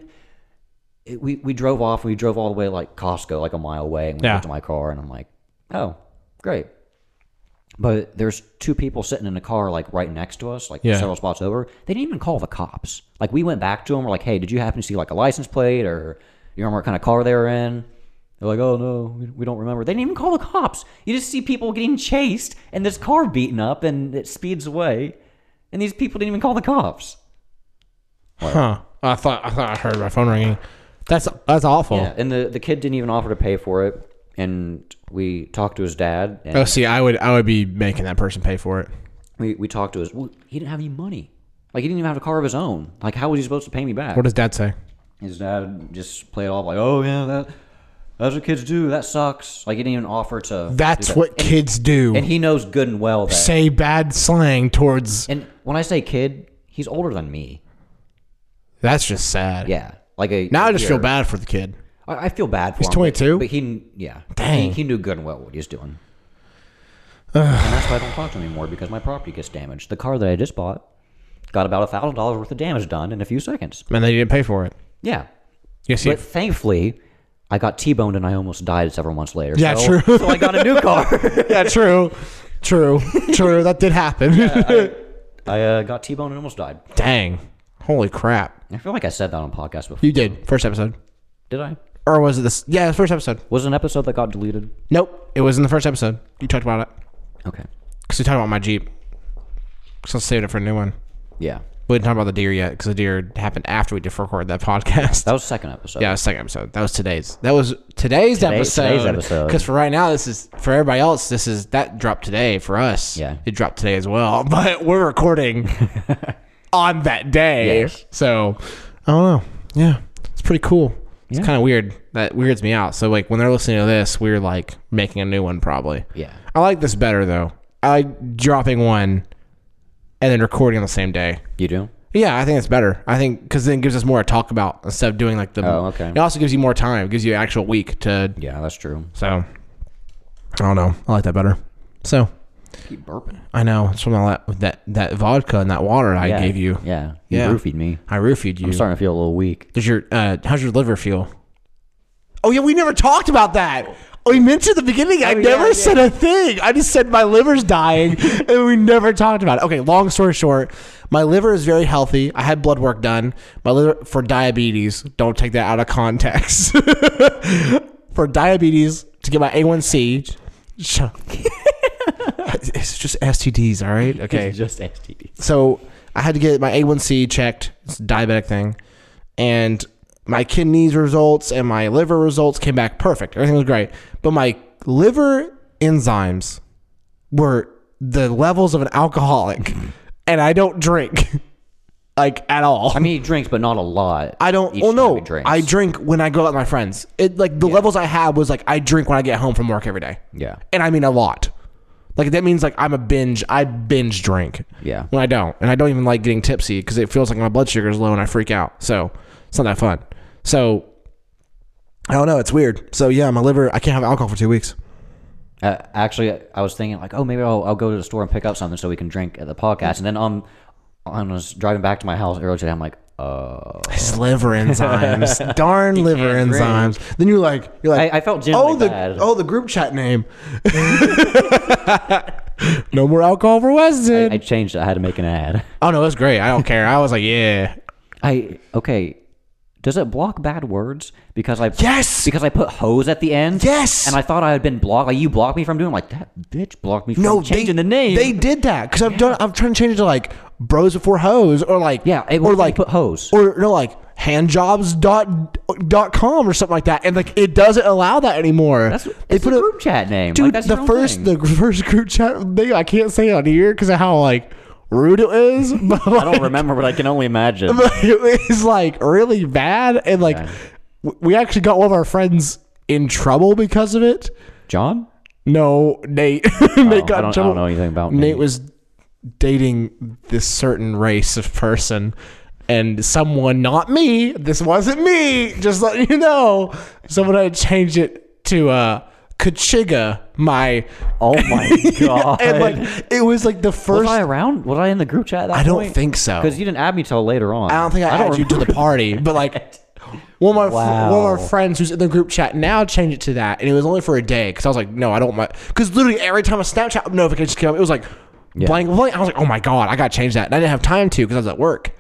it, we we drove off. We drove all the way like Costco, like a mile away, and we Yeah. went to my car, and I'm like, oh, great. But there's two people sitting in a car, like right next to us, like Yeah. several spots over. They didn't even call the cops. Like we went back to them. We're like, hey, did you happen to see like a license plate or you remember what kind of car they were in? They're like, oh no, we- we don't remember. They didn't even call the cops. You just see people getting chased and this car beaten up and it speeds away, and these people didn't even call the cops. Huh. I thought I thought I heard my phone ringing. That's that's awful. Yeah, and the the kid didn't even offer to pay for it. And we talked to his dad, and Oh, see, I would I would be making that person pay for it. we, we talked to his. Well, he didn't have any money. Like he didn't even have a car of his own. Like how was he supposed to pay me back? What does Dad say? his dad just played off like, "Oh yeah, that that's what kids do. That sucks." Like he didn't even offer to. That's what kids do. and he knows good and well that. say bad slang towards. And when I say kid, he's older than me. That's just sad. Yeah, like a. Now a I just feel year. bad for the kid. I, I feel bad for him. but- 22? but he, yeah, Dang. he, he knew good and well what he was doing. and that's why I don't talk to him anymore because my property gets damaged. The car that I just bought got about a thousand dollars worth of damage done in a few seconds. Man, they didn't pay for it. Yeah, Yes, but thankfully, I got T-boned and I almost died several months later. Yeah, so, true. so I got a new car. yeah, true, true, true. That did happen. I uh, got T-boned and almost died. Dang, holy crap! I feel like I said that on a podcast before. You did first episode, Did I? or was it this? Yeah, first episode. Was it an episode that got deleted? Nope, it was in the first episode. You talked about it Okay. because we talked about my Jeep. So I saved it for a new one. Yeah. We didn't talk about the deer yet because the deer happened after we did record that podcast. That was the second episode. Yeah, it was second episode. That was today's. That was today's episode. today's episode. Because for right now, this is for everybody else. This is that dropped today for us. Yeah. it dropped today as well. But we're recording on that day, Yes. so I don't know. Yeah, it's pretty cool. It's Yeah. kind of weird. That weirds me out. So like when they're listening to this, we're like making a new one probably. Yeah. I like this better though. I like dropping one and then recording on the same day. You do? Yeah, I think it's better. I think because then it gives us more to talk about instead of doing like the. Oh, okay. It also gives you more time. It gives you an actual week to. Yeah, that's true. So, I don't know. I like that better. So Keep burping. I know it's from all that that that vodka and that water I gave you. Yeah. You Yeah. roofied me. I roofied you. I'm starting to feel a little weak. Does your uh, how's your liver feel? Oh yeah, we never talked about that. We mentioned at the beginning. I yeah, never yeah. said a thing. I just said my liver's dying, and we never talked about it. Okay, long story short, my liver is very healthy. I had blood work done. My liver for diabetes. Don't take that out of context. for diabetes to get my A1C. sh- It's just STDs, all right? Okay It's just STD. so I had to get my A1C checked. It's a diabetic thing. And my kidneys results and my liver results came back perfect. Everything was great. But my liver enzymes were the levels of an alcoholic. and I don't drink like at all. I mean, he drinks, but not a lot. I don't. each Well, time no, he drinks. I drink when I go out with my friends. It like the levels I had was like I drink when I get home from work every day. Yeah. and I mean a lot. Like that means like I'm a binge. I binge drink. Yeah. when I don't, and I don't even like getting tipsy because it feels like my blood sugar is low and I freak out. So it's not that fun. So I don't know. It's weird. So yeah, my liver. I can't have alcohol for two weeks. Uh, actually, I was thinking like, oh, maybe I'll, I'll go to the store and pick up something so we can drink at the podcast. And then um, I was driving back to my house earlier today. I'm like, oh, It's liver enzymes. Darn liver can't drink. enzymes. Then you're like you're like I- I felt genuinely oh the bad. oh the group chat name. no more alcohol for Weston. I changed. It. I had to make an ad. Oh no, it's great. I don't care. I was like, yeah. I okay. Does it block bad words? Because I Yes. because I put hose at the end. Yes. And I thought I had been blocked. Like you blocked me from doing. Like that bitch blocked me from No, changing they, the name. They did that because I'm done. I'm trying to change it to like bros before hoes or like yeah. It, or like put hose. or no like handjobs dot dot com or something like that. And like it doesn't allow that anymore. that's they it's put a a- group chat name. Like, dude that's the your own first thing. the first group chat thing I can't say on here because of how like rude it is. But I don't remember, but I can only imagine. but it was like really bad and like w- we actually got one of our friends in trouble because of it. John. No, Nate. Oh, I, Nate don't, got in I trouble. don't know anything about Nate was dating this certain race of person, and someone, not me, this wasn't me, just letting you know, someone had changed it to uh, Kachiga, my. Oh my god! And like, it was like the was first. I around? Was I in the group chat? At that I don't think so. because you didn't add me till later on. I don't think I, added you to the party, but like one of, my, Wow. one of our friends who's in the group chat now changed it to that, and it was only for a day because I was like, no, I don't want. Because literally every time a Snapchat notification came up, it was like blank blank. I was like, oh my god, I got to change that, and I didn't have time to because I was at work.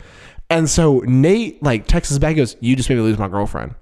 And so Nate like texts us back, he goes, "You just made me lose my girlfriend."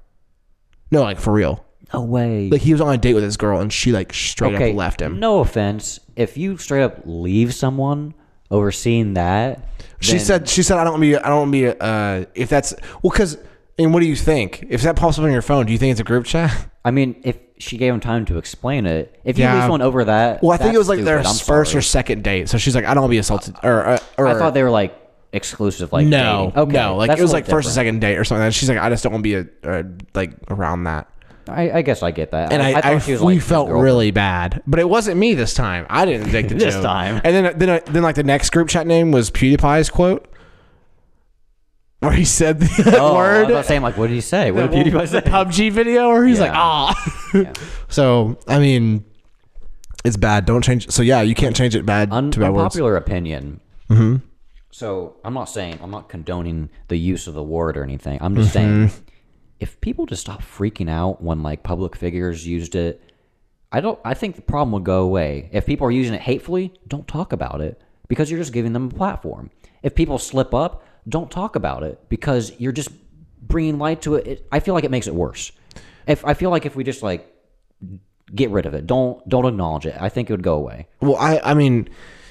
No, like for real. No way. Like he was on a date with this girl, and she like straight okay, up left him. No offense. If you straight up leave someone over seeing that, She said, "She said I don't want to be. I don't want to be. Uh, if that's well, because and what do you think? If that pops up on your phone, do you think it's a group chat? I mean, if she gave him time to explain it, if you Yeah. leave someone over that, Well, I think that's it was like stupid. their I'm first sorry. or second date. So she's like, I don't want to be assaulted. Or, uh, or I thought they were like exclusive. Like no, dating. okay, no, like that's it was a like little first or second date or something. And she's like, I just don't want to be a, uh like around that. different. I, I guess I get that. And I, I, I, thought she was we like his felt girlfriend. really bad, but it wasn't me this time. I didn't take the This joke. time. And then, then, then, like the next group chat name was PewDiePie's quote, where he said the Oh, word. I was saying like, what did he say? What did PewDiePie say? the PUBG video where he's like, Yeah. ah. So I mean, it's bad. Don't change. So yeah, you can't change it bad Un- to bad words. unpopular opinion. Mm-hmm. So I'm not saying I'm not condoning the use of the word or anything. I'm just saying if people just stop freaking out when like public figures used it, I don't. I think the problem would go away if people are using it hatefully. Don't talk about it because you're just giving them a platform. If people slip up, don't talk about it because you're just bringing light to it. it I feel like it makes it worse. If I feel like if we just like get rid of it, don't don't acknowledge it. I think it would go away. Well, I I mean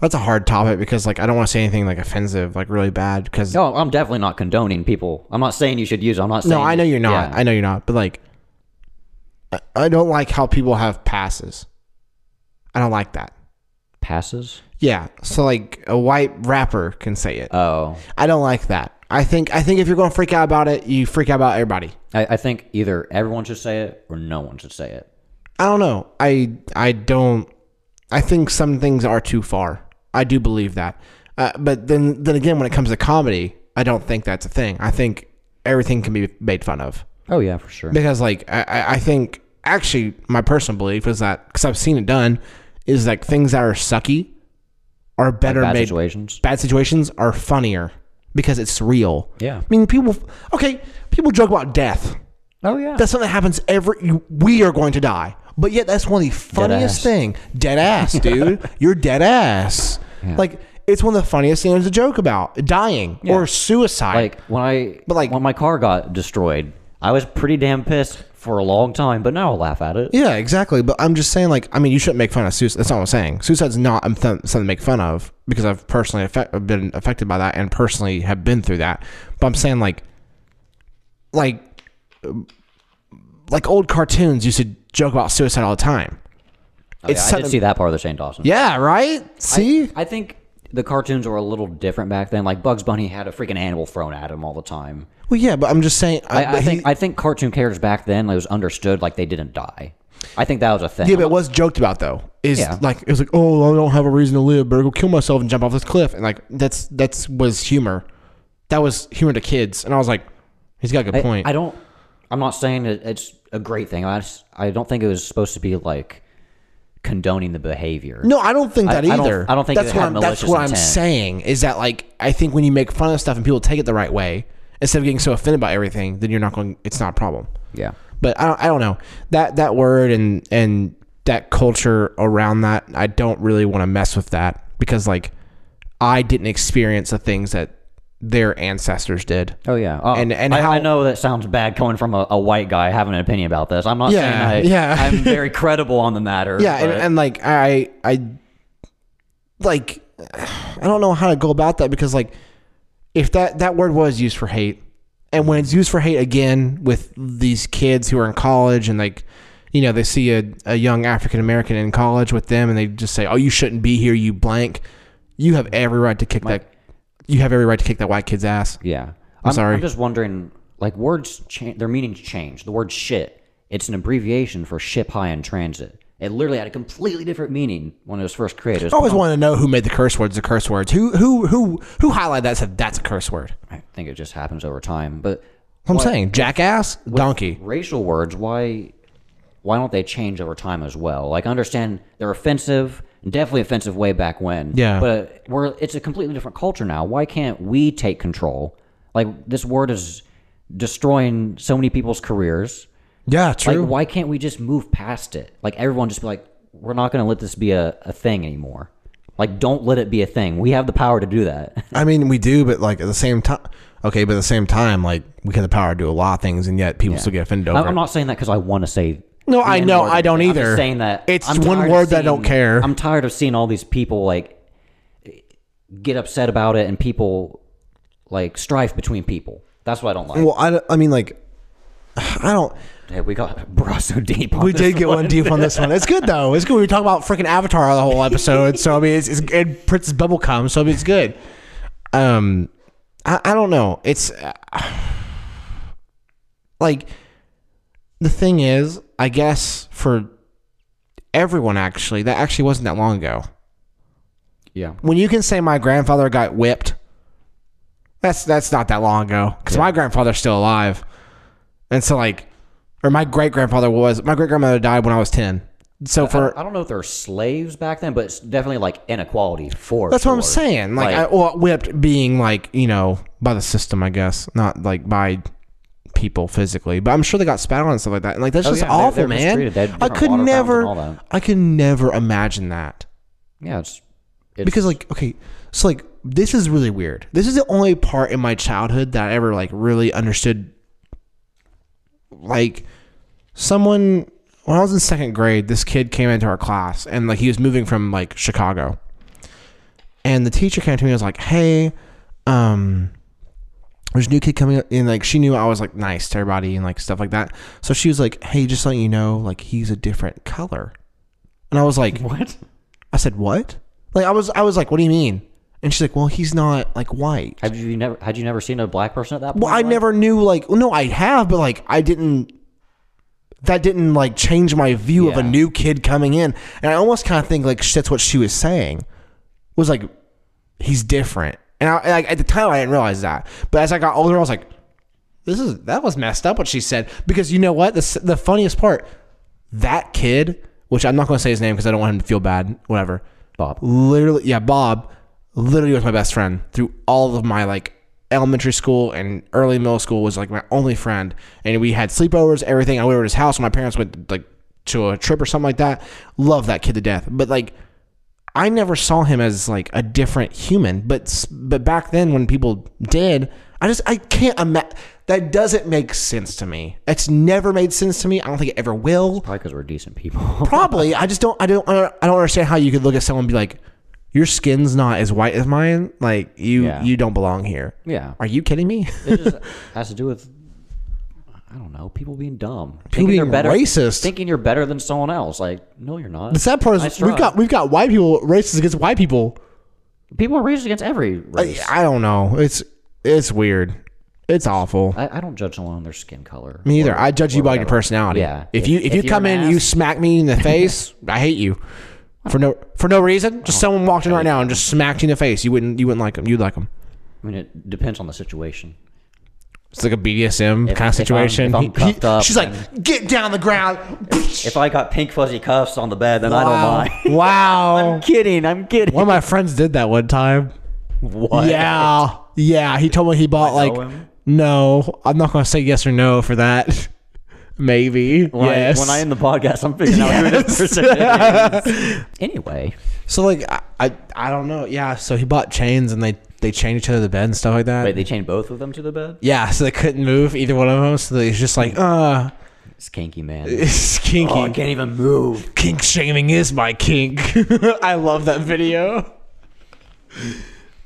that's a hard topic because like I don't want to say anything like offensive, like really bad because No, I'm definitely not condoning people. I'm not saying you should use it. I'm not saying. No, I know you're not. Yeah. I know you're not. But like I, I don't like how people have passes. I don't like that. Passes? Yeah. So like a white rapper can say it. Oh. I don't like that. I think I think if you're going to freak out about it, you freak out about everybody. I, I think either everyone should say it or no one should say it. I don't know. I I don't. I think some things are too far. I do believe that. Uh, but then then again, when it comes to comedy, I don't think that's a thing. I think everything can be made fun of Oh yeah, for sure. because like I- I, I think actually my personal belief is that because I've seen it done is like things that are sucky are better Bad made. situations. Bad situations are funnier because it's real. Yeah. I mean, people. Okay, people joke about death. Oh yeah. That's something that happens every. You, we are going to die, but yet that's one of the funniest ass. thing. Dead ass, dude. You're dead ass. Like it's one of the funniest things to joke about. Dying or suicide. like when I But, like- when my car got destroyed, I was pretty damn pissed for a long time, but now I'll laugh at it. yeah, exactly. But I'm just saying, like, I mean, you shouldn't make fun of suicide. That's not what I'm saying. Suicide's not um, th- something to make fun of because I've personally affect- I've been affected by that and personally have been through that. But I'm saying, like, like, um, like old cartoons used to joke about suicide all the time. Oh, Yeah, I did something- see that part of the Shane Dawson. Yeah, right? See? I think the cartoons were a little different back then. Like Bugs Bunny had a freaking animal thrown at him all the time. well, yeah, but I'm just saying. I, but I he- think I think cartoon characters back then it was understood like they didn't die. I think that was a thing. yeah, but it was joked about, though. Is Yeah. like, it was like, oh, I don't have a reason to live, better go kill myself and jump off this cliff. And like, that's, that's, was humor. That was humor to kids. And I was like, he's got a good point. I don't. I'm not saying that it's a great thing. I just, I don't think it was supposed to be like condoning the behavior. no, I don't think that I don't- either. I don't think that's it what had I'm, that's malicious what I'm intent. saying is that like I think when you make fun of stuff and people take it the right way instead of getting so offended by everything, then you're not going. It's not a problem. Yeah. but I don't, I don't know that that word and and that culture around that I don't really want to mess with that because like I didn't experience the things that their ancestors did. Oh yeah. Oh, And- and I, how- I know that sounds bad coming from a, a white guy having an opinion about this. I'm not Yeah, saying I, yeah. I'm very credible on the matter. Yeah, and, but- and like I I like I don't know how to go about that because like if that that word was used for hate and when it's used for hate again with these kids who are in college and like you know they see a, a young African American in college with them and they just say oh you shouldn't be here you blank you have every right to kick that you have every right to kick that white kid's ass yeah. I'm sorry. I'm just wondering, like words, cha- their meanings change. The word "shit" it's an abbreviation for ship high in transit. It literally had a completely different meaning when it was first created. It was I always wanted to know who made the curse words the curse words who who who who highlighted that and said that's a curse word I think it just happens over time. But I'm saying jackass donkey racial words, why why don't they change over time as well? Like I understand they're offensive, definitely offensive way back when. Yeah. But we're it's a completely different culture now. Why can't we take control? Like this word is destroying so many people's careers. Yeah, true. Like why can't we just move past it? Like everyone just be like, we're not gonna let this be a, a thing anymore. Like don't let it be a thing. We have the power to do that. I mean, we do, but like at the same time, okay, but at the same time, like we have the power to do a lot of things, and yet people still get offended over. I'm it. not saying that because I want to say. No, the I know, N-word or Oh, I don't anything. I'm either. just saying that It's I'm one tired of word that I don't seeing- care. I'm tired of seeing all these people like get upset about it and people like strife between people. That's what I don't like. well, I, don't- I mean, like, I don't. Hey, we got brought so deep. On We this did get one. one deep on this one. It's good though. It's good. We were talking about freaking Avatar the whole episode, so I mean, it's, it's and Prince's bubble cum, so I mean, it's good. Um, I, I don't know. It's uh, like the thing is, I guess for everyone, actually, that actually wasn't that long ago. Yeah, when you can say my grandfather got whipped, that's that's not that long ago because my grandfather's still alive, and so like, or my great grandfather was. My great grandmother died when I was ten, so for I don't know if there were slaves back then, but it's definitely like inequality for. that's what I'm sure. saying. Like, Like- I, well, whipped being like you know by the system, I guess, not like by people physically, but I'm sure they got spat on and stuff like that. And like that's just Oh, yeah, they're- awful, they're man. mistreated. They had I different could water fountains and all never, that. I could never imagine that. Yeah, it's, it's because like okay so like this is really weird this is the only part in my childhood that i ever like really understood like someone when i was in second grade this kid came into our class and like he was moving from like chicago and the teacher came to me and was like hey um there's a new kid coming up and like she knew i was like nice to everybody and like stuff like that so she was like hey just letting you know like he's a different color and i was like what? I said, "What?" Like I was, I was like, "What do you mean?" And she's like, well, he's not like white. Have you never had you never seen a black person at that point? Well, I Like, never knew like well, no, I have, but like I didn't that didn't like change my view of a Yeah. new kid coming in. And I almost kind of think like sh- that's what she was saying. Was like he's different. And I and, like at the time I didn't realize that. But as I got older I was like this is that was messed up what she said because you know what the s- the funniest part that kid which I'm not going to say his name because I don't want him to feel bad whatever Bob. literally yeah bob literally was my best friend through all of my like elementary school and early middle school was like my only friend and we had sleepovers everything i went over to his house when my parents went like to a trip or something like that love that kid to death but like i never saw him as like a different human but s- but back then when people did i just i can't imagine that doesn't make sense to me it's never made sense to me i don't think it ever will Probably because we're decent people. Probably. I just don't. I don't. I don't understand how you could look at someone and be like, "Your skin's not as white as mine. Like you, Yeah. you don't belong here." yeah. Are you kidding me? It just has to do with I don't know, people being dumb. People being racist. Thinking you're better than someone else. Like, no you're not. The sad part is Nice we've try. got we've got white people racist against white people. people are racist against every race. I don't know. It's it's weird. It's awful. I, I don't judge someone on their skin color. Me either. I judge you by your personality. Yeah. If, If- you if, if you you're come an in, ass- you smack me in the face. I hate you. For no for no reason. Oh. Just someone walked in right now and just smacked you in the face. You wouldn't you wouldn't like them. You'd like them. I mean, it depends on the situation. It's like a BDSM kind if I'm- of situation. if I'm He- he- cuffed up she's like, get down on the ground. If I got pink fuzzy cuffs on the bed, then I don't mind. Wow. kidding. I'm kidding. One of my friends did that one time. What? Yeah. Yeah. He told me he bought I know like him. no, I'm not gonna say yes or no for that. Maybe. When, yes. I, when I end the podcast, I'm figuring out who this person is. Anyway, so like I, I I don't know. Yeah, so he bought chains and they they chained each other to the bed and stuff like that. wait, they chained both of them to the bed? yeah, so they couldn't move either one of them. So they was just like, uh, Skanky man. it's kinky. Oh, I can't even move. kink shaming is my kink. I love that video.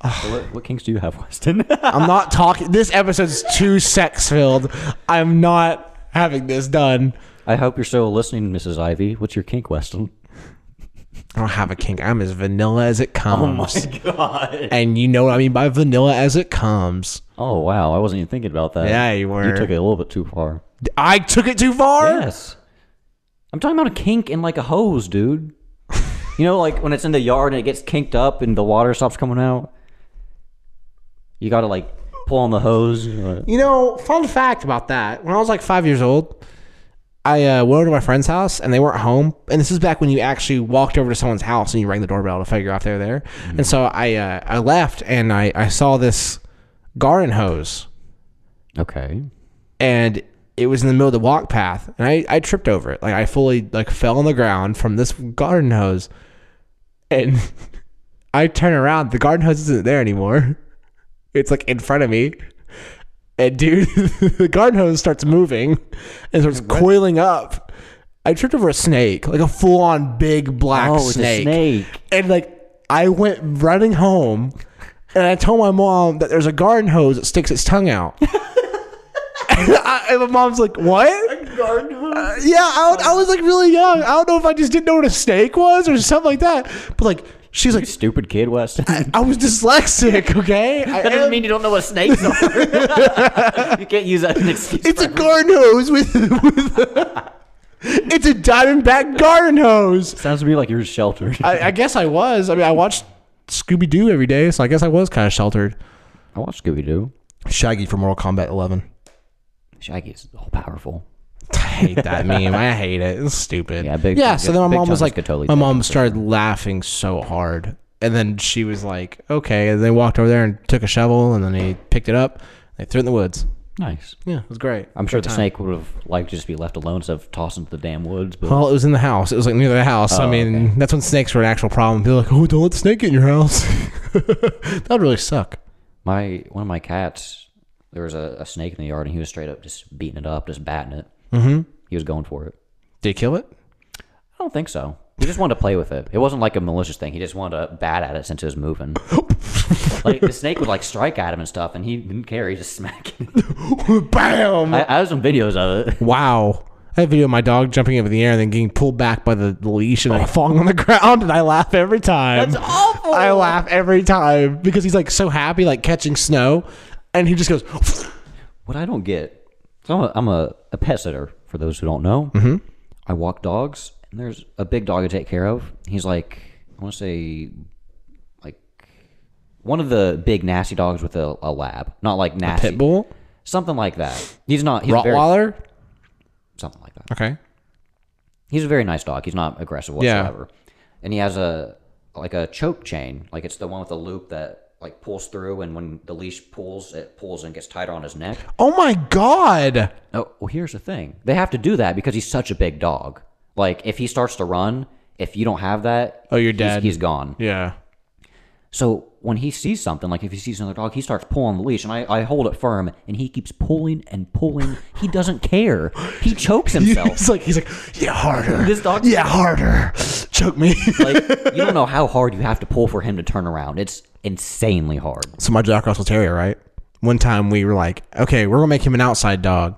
what, what kinks do you have, Weston? I'm not talking. This episode's too sex filled. I'm not having this done. I hope you're still listening, Mrs. Ivy. What's your kink, Weston? I don't have a kink. I'm as vanilla as it comes. Oh, god. and you know what I mean by vanilla as it comes. Oh wow, I wasn't even thinking about that. Yeah, you were. You took it a little bit too far. I took it too far. Yes. I'm talking about a kink in like a hose, dude. you know, like when it's in the yard and it gets kinked up and the water stops coming out. You gotta like pull on the hose. Like, You know, fun fact about that. When I was like five years old, I uh, went over to my friend's house and they weren't home. And this is back when you actually walked over to someone's house and you rang the doorbell to figure out if they were there. And so I uh, I left and I, I saw this garden hose. okay. and it was in the middle of the walk path and I, I tripped over it like i fully like fell on the ground from this garden hose and i turn around the garden hose isn't there anymore it's like in front of me and dude the garden hose starts moving and starts coiling up i tripped over a snake like a full-on big black Oh, it's a snake snake. and like I went running home, and I told my mom that there's a garden hose that sticks its tongue out. and, I, and my mom's like, "What?" Uh, Garden hose? Yeah, I, I was like really young. I don't know if I just didn't know what a snake was or something like that. But like, she's like, Stupid kid, Weston. that "I was dyslexic, okay?" I am- doesn't mean you don't know what snakes are. you can't use that as an excuse. it's a garden hose with. with it's a diamondback garden hose. Sounds to me like you're sheltered. I, I, I guess I was. I mean, I watched Scooby Doo every day, so I guess I was kind of sheltered. watched Scooby Doo. Shaggy from Mortal Kombat 11. Shaggy's all powerful. I hate that meme. I hate it. It's stupid. Yeah, big- Yeah. So then my big mom was chunks like, could totally my take mom started laughing so hard, and then she was like, okay. And they walked over there and took a shovel, and then they picked it up. They threw it in the woods. Nice. Yeah, it was great. I'm sure the snake would have liked to just be left alone instead of tossed into the damn woods. But Well, it was in the house. It was like near the house. Oh, I mean, that's when snakes were an actual problem. People were like, oh, don't let the snake in your house. that would really suck. my one of my cats, there was a, a snake in the yard, and he was straight up just beating it up, just batting it. Mm-hmm. He was going for it. Did you kill it? I don't think so. He just wanted to play with it. It wasn't like a malicious thing. He just wanted to bat at it since it was moving. like the snake would like strike at him and stuff, and he didn't care. He just smacked. It. Bam! I, I have some videos of it. Wow. I have a video of my dog jumping up in the air and then getting pulled back by the leash and then falling on the ground, and I laugh every time. Oh. That's awful. I laugh every time because he's like so happy, like catching snow, and he just goes. What I don't get, so I'm a, I'm a, a pet sitter for those who don't know. Mm-hmm. I walk dogs, and there's a big dog to take care of. He's like, I want to say, like one of the big nasty dogs with a, a lab, not like nasty, Pitbull, something like that. He's not he's very- Rottweiler. something like that. Okay. He's a very nice dog. He's not aggressive Yeah. whatsoever, and he has a like a choke chain, like it's the one with a loop that like pulls through, and when the leash pulls, it pulls and gets tighter on his neck. Oh my god. Oh, well, here's the thing. They have to do that because he's such a big dog. Like, if he starts to run, if you don't have that, Oh, you're he's- dead. He's gone. Yeah. So when he sees something, like if he sees another dog, he starts pulling the leash, and I, I hold it firm, and he keeps pulling and pulling. He doesn't care. He chokes himself. He's like he's like yeah harder. This dog- yeah harder. Choke me. like you don't know how hard you have to pull for him to turn around. It's insanely hard. so my Jack Russell Terrier, right? One time we were like, okay, we're gonna make him an outside dog,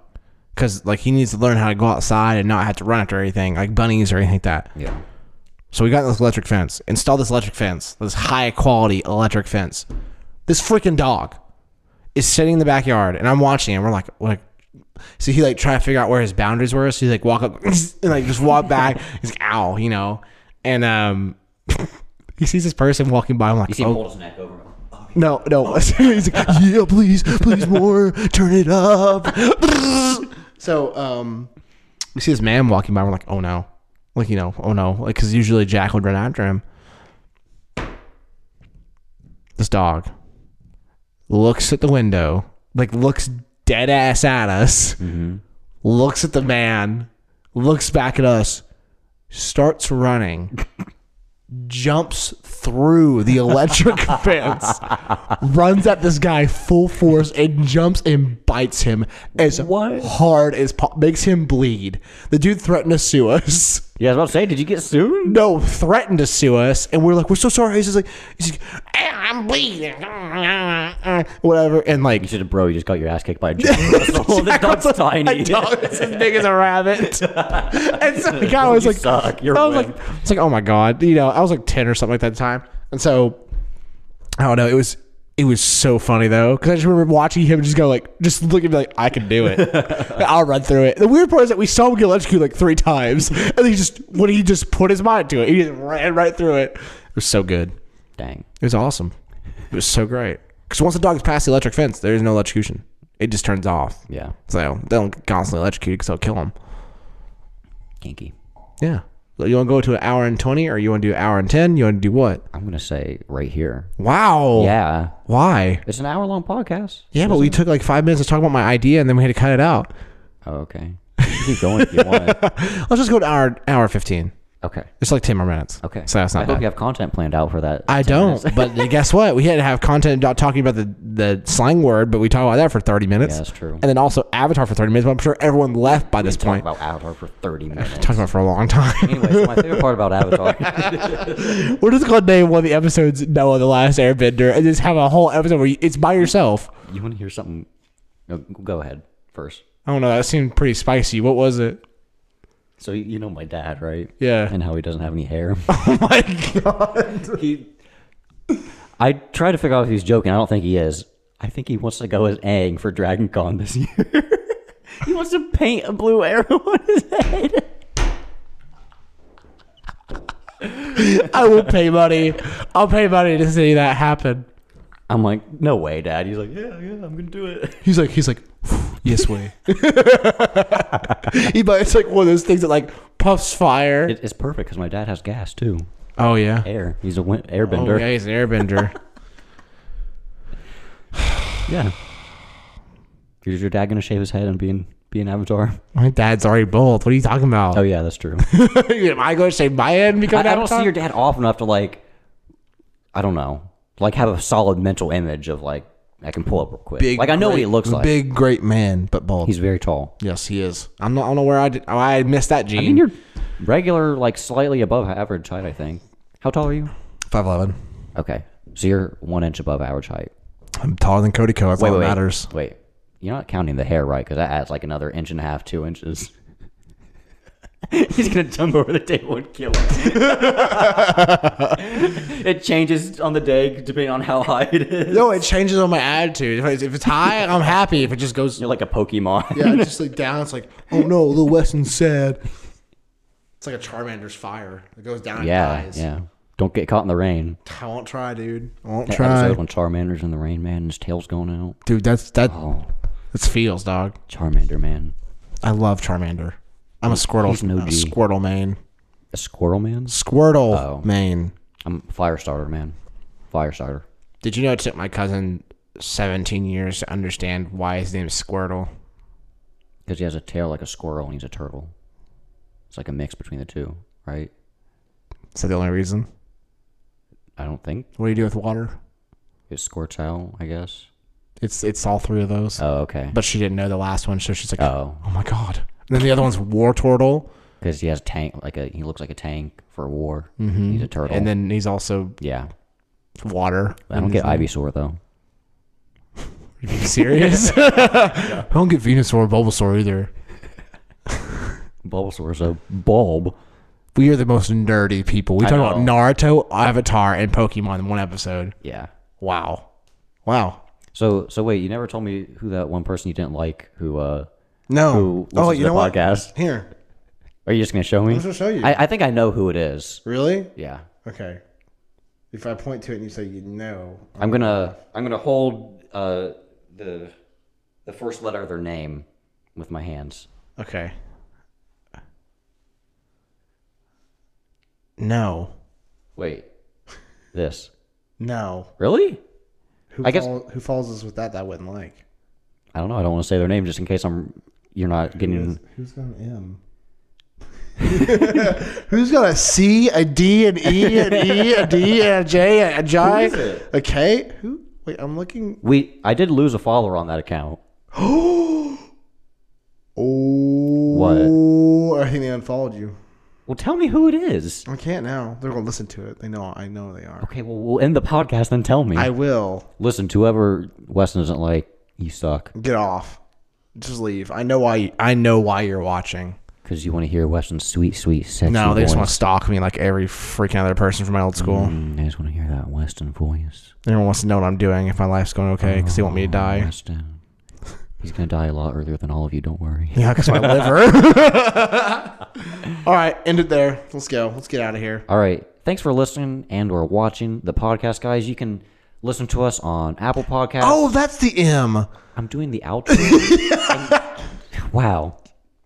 cause like he needs to learn how to go outside and not have to run after anything like bunnies or anything like that. Yeah. So we got this electric fence, installed this electric fence, this high quality electric fence. This freaking dog is sitting in the backyard, and I'm watching him. We're like, we're like, so he like try to figure out where his boundaries were. So he like walk up and like just walk back. He's like, ow, you know, and um, he sees this person walking by. I'm like, You see him oh hold his neck over. him. no, no. He's like, yeah, please, please more, turn it up. so, um, we see this man walking by. We're like, oh no, like you know, oh no, like because usually Jack would run after him. This dog looks at the window, like looks dead ass at us, looks at the man, looks back at us, starts running jumps through the electric fence, runs at this guy full force, and jumps and bites him as What? hard as po- makes him bleed. The dude threatened to sue us. Yeah, I was about to say, did you get sued? No, threatened to sue us, and we're like, we're so sorry. He's just like, he's like, "Ah, I'm bleeding, whatever, and like. You should have, bro. You just got your ass kicked by a jack. Russell. this Jack dog's Russell- tiny. A dog that's as big as a rabbit. and so the guy You was like, suck. You're I was a like, it's like, oh my god, you know, I was like ten or something like that time, and so I don't know. It was it was so funny though because I just remember watching him just go like, just look at me like, I can do it. I'll run through it. The weird part is that we saw him get electrocuted like three times, and he just when he just put his mind to it, he just ran right through it. It was so good. Dang. It was awesome. It was so great. Because once the dog's past the electric fence, there is no electrocution. It just turns off. Yeah. So they don't constantly electrocute because they'll kill them. Kinky. Yeah. So You want to go to an hour and 20 or you want to do an hour and 10? You want to do what? I'm gonna say right here. Wow. Yeah, Why? it's an hour long podcast. Yeah, but we took like five minutes to talk about my idea and then we had to cut it out. Oh, okay. You can keep going if you want. Let's just go to hour, hour 15. Okay. It's like 10 more minutes. Okay. So that's I not hope bad. you have content planned out for that. I don't, but guess what? We had to have content about talking about the, the slang word, but we talked about that for 30 minutes. Yeah, that's true. And then also Avatar for 30 minutes, but I'm sure everyone left by this Talk point. about Avatar for 30 minutes. Talked about it for a long time. Anyway, so my favorite part about Avatar, We're just gonna name one of the episodes Noah the Last Airbender and just have a whole episode where you, it's by yourself. you want to hear something? No, go ahead first. I don't know. That seemed pretty spicy. What was it? So you- you know my dad, right? Yeah. And how he doesn't have any hair. Oh my god. he, I try to figure out if he's joking. I don't think he is. I think he wants to go as Aang for Dragon Con this year. he wants to paint a blue arrow on his head. I will pay money. I'll pay money to see that happen. I'm like, no way, Dad. He's like, yeah, yeah, I'm gonna do it. He's like, he's like, yes way. he buys like one of those things that like puffs fire. It- It's perfect because my dad has gas too. oh yeah. Air. He's a win- Oh, airbender. yeah, he's an airbender. Yeah. Is your dad gonna shave his head and be an, be an avatar? my dad's already bald. What are you talking about? Oh yeah, that's true. Am I going to shave my head and become I, I an don't see avatar? your dad often enough to like, I don't know, like have a solid mental image of like I can pull up real quick. like I know what he great- looks like. Big, great man, but bald. He's very tall. Yes, he is. I'm not. I don't know where I did. Oh, I missed that gene. I mean, you're regular, like slightly above average height. I think. How tall are you? five eleven. Okay, so you're one inch above average height. I'm taller than Cody Co. That's all that matters. Wait, you're not counting the hair, right? Because that adds like another inch and a half, two inches. He's gonna jump over the table and kill it. it changes on the day depending on how high it is. No, it changes on my attitude. If, it's if it's high, I'm happy. If it just goes You're like a Pokemon. yeah, just like down, it's like, oh no, Lil Weston's sad. It's like a Charmander's fire. It goes down and Yeah, dies. yeah. Don't get caught in the rain. I won't try, dude. I won't That try. episode when Charmander's in the rain, man, and his tail's going out. Dude, that's that Oh, that's feels, dog. Charmander, man. I love Charmander. I'm a Squirtle. he's no I'm a G. Squirtle main. A squirrel man? Squirtle Oh. main. I'm a fire starter, man. Fire starter. Did you know it took my cousin 17 years to understand why his name is Squirtle? Because he has a tail like a squirrel and he's a turtle. It's like a mix between the two, right? Is that the only reason? I don't think. What do you do with water? It squirts out, I guess. It's it's all three of those. Oh, okay. But she didn't know the last one, so she's like, Oh, oh my god. And then the other one's War Turtle. because he has a tank, like a he looks like a tank for a war. Mm-hmm. He's a turtle. And then he's also yeah, water. I don't get Ivysaur though. Are you serious? I don't get Venusaur or Bulbasaur either. Bulbasaur's a bulb. We are the most nerdy people. We I talk about know. Naruto, Avatar, and Pokemon in one episode. Yeah. Wow. Wow. So so wait, you never told me who that one person you didn't like who uh No. Oh, who listens to the podcast. Here. Are you just gonna show me? just gonna show you. I, I think I know who it is. Really? Yeah. Okay. If I point to it and you say you know, I'm gonna I'm gonna hold uh, the the first letter of their name with my hands. Okay. No. Wait, this No. really? Who I guess- follow- who follows us with that that wouldn't like? I don't know. I don't want to say their name just in case I'm you're not getting. Who's got an M? Who's got a C, a D, an E, an E, a D, and a J, a J, Who is it? a K? Who? Wait, I'm looking. We I did lose a follower on that account. oh, I think they unfollowed you. Well, tell me who it is. I can't now. They're gonna listen to it. They know. I know they are. Okay, well we'll end the podcast then. Tell me. I will. Listen, to whoever Weston isn't like, you suck Get off. Just leave. I know why. I know why you're watching. because you want to hear Weston's sweet, sweet, sexy No, they voice. just want to stalk me like every freaking other person from my old school. Mm, they just want to hear that Weston voice. Everyone wants to know what I'm doing if my life's going okay because they want me to die. Weston. He's gonna die a lot earlier than all of you. Don't worry. Yeah, because my liver. All right, end it there. Let's go. Let's get out of here. All right. Thanks for listening and or watching the podcast, guys. You can listen to us on Apple Podcasts. Oh, that's the M. I'm doing the outro. wow.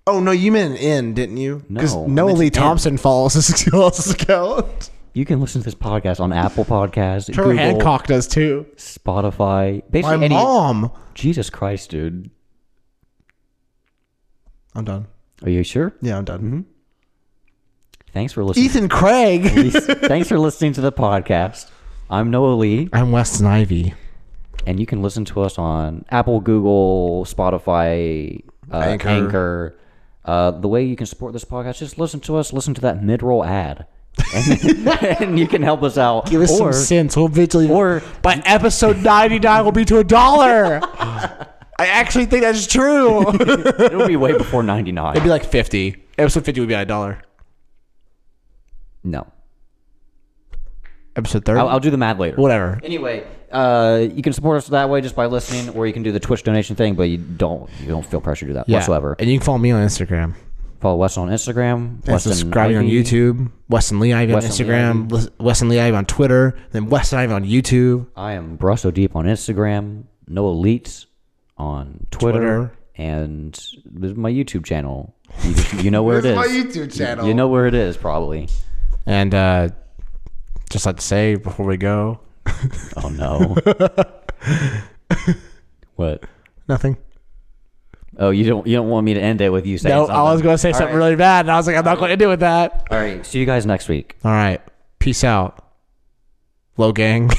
Oh no, you meant an N, didn't you? Because No, I Noah meant Lee an N. Thompson follows this account. You can listen to this podcast on Apple Podcasts, Trevor Google, Hancock does too. Spotify. Basically, My any mom. Jesus Christ, dude. I'm done. Are you sure? Yeah, I'm done. Thanks for listening. Ethan Craig. Thanks for listening to the podcast. I'm Noah Lee, I'm Weston Ivy. and you can listen to us on Apple, Google, Spotify, uh, Anchor. Anchor. Uh, the way you can support this podcast, just listen to us. Listen to that mid-roll ad, and, and you can help us out. Give us or, some sense. We'll eventually. or- by episode 99, we'll be to a dollar. I actually think that's true. It'd it'll be way before ninety-nine. be like 50. Episode 50 would be at a dollar. No, Episode 30. I'll, I'll do the math later. Whatever. Anyway, uh, you can support us that way just by listening, or you can do the Twitch donation thing, but you don't you don't feel pressure to do that whatsoever. And you can follow me on Instagram. Follow Weston on Instagram. And Weston subscribing on Ivy. YouTube. Weston Lee Ivy Weston Lee on Instagram. Les- Weston Lee Ivy on Twitter. Then Weston Ivy on YouTube. I am Brusso Deep on Instagram, Noah Leets on Twitter, Twitter. and this is my YouTube channel. You, just- you know where it is. This is my YouTube You- channel. You, know where it is, probably. And uh, just like to say before we go, Oh no. what? nothing. Oh, you don't you don't want me to end it with you saying No, something. I was going to say something really bad, and I was like, I'm not going to do with that. All right. See you guys next week. All right. Peace out. Low gang.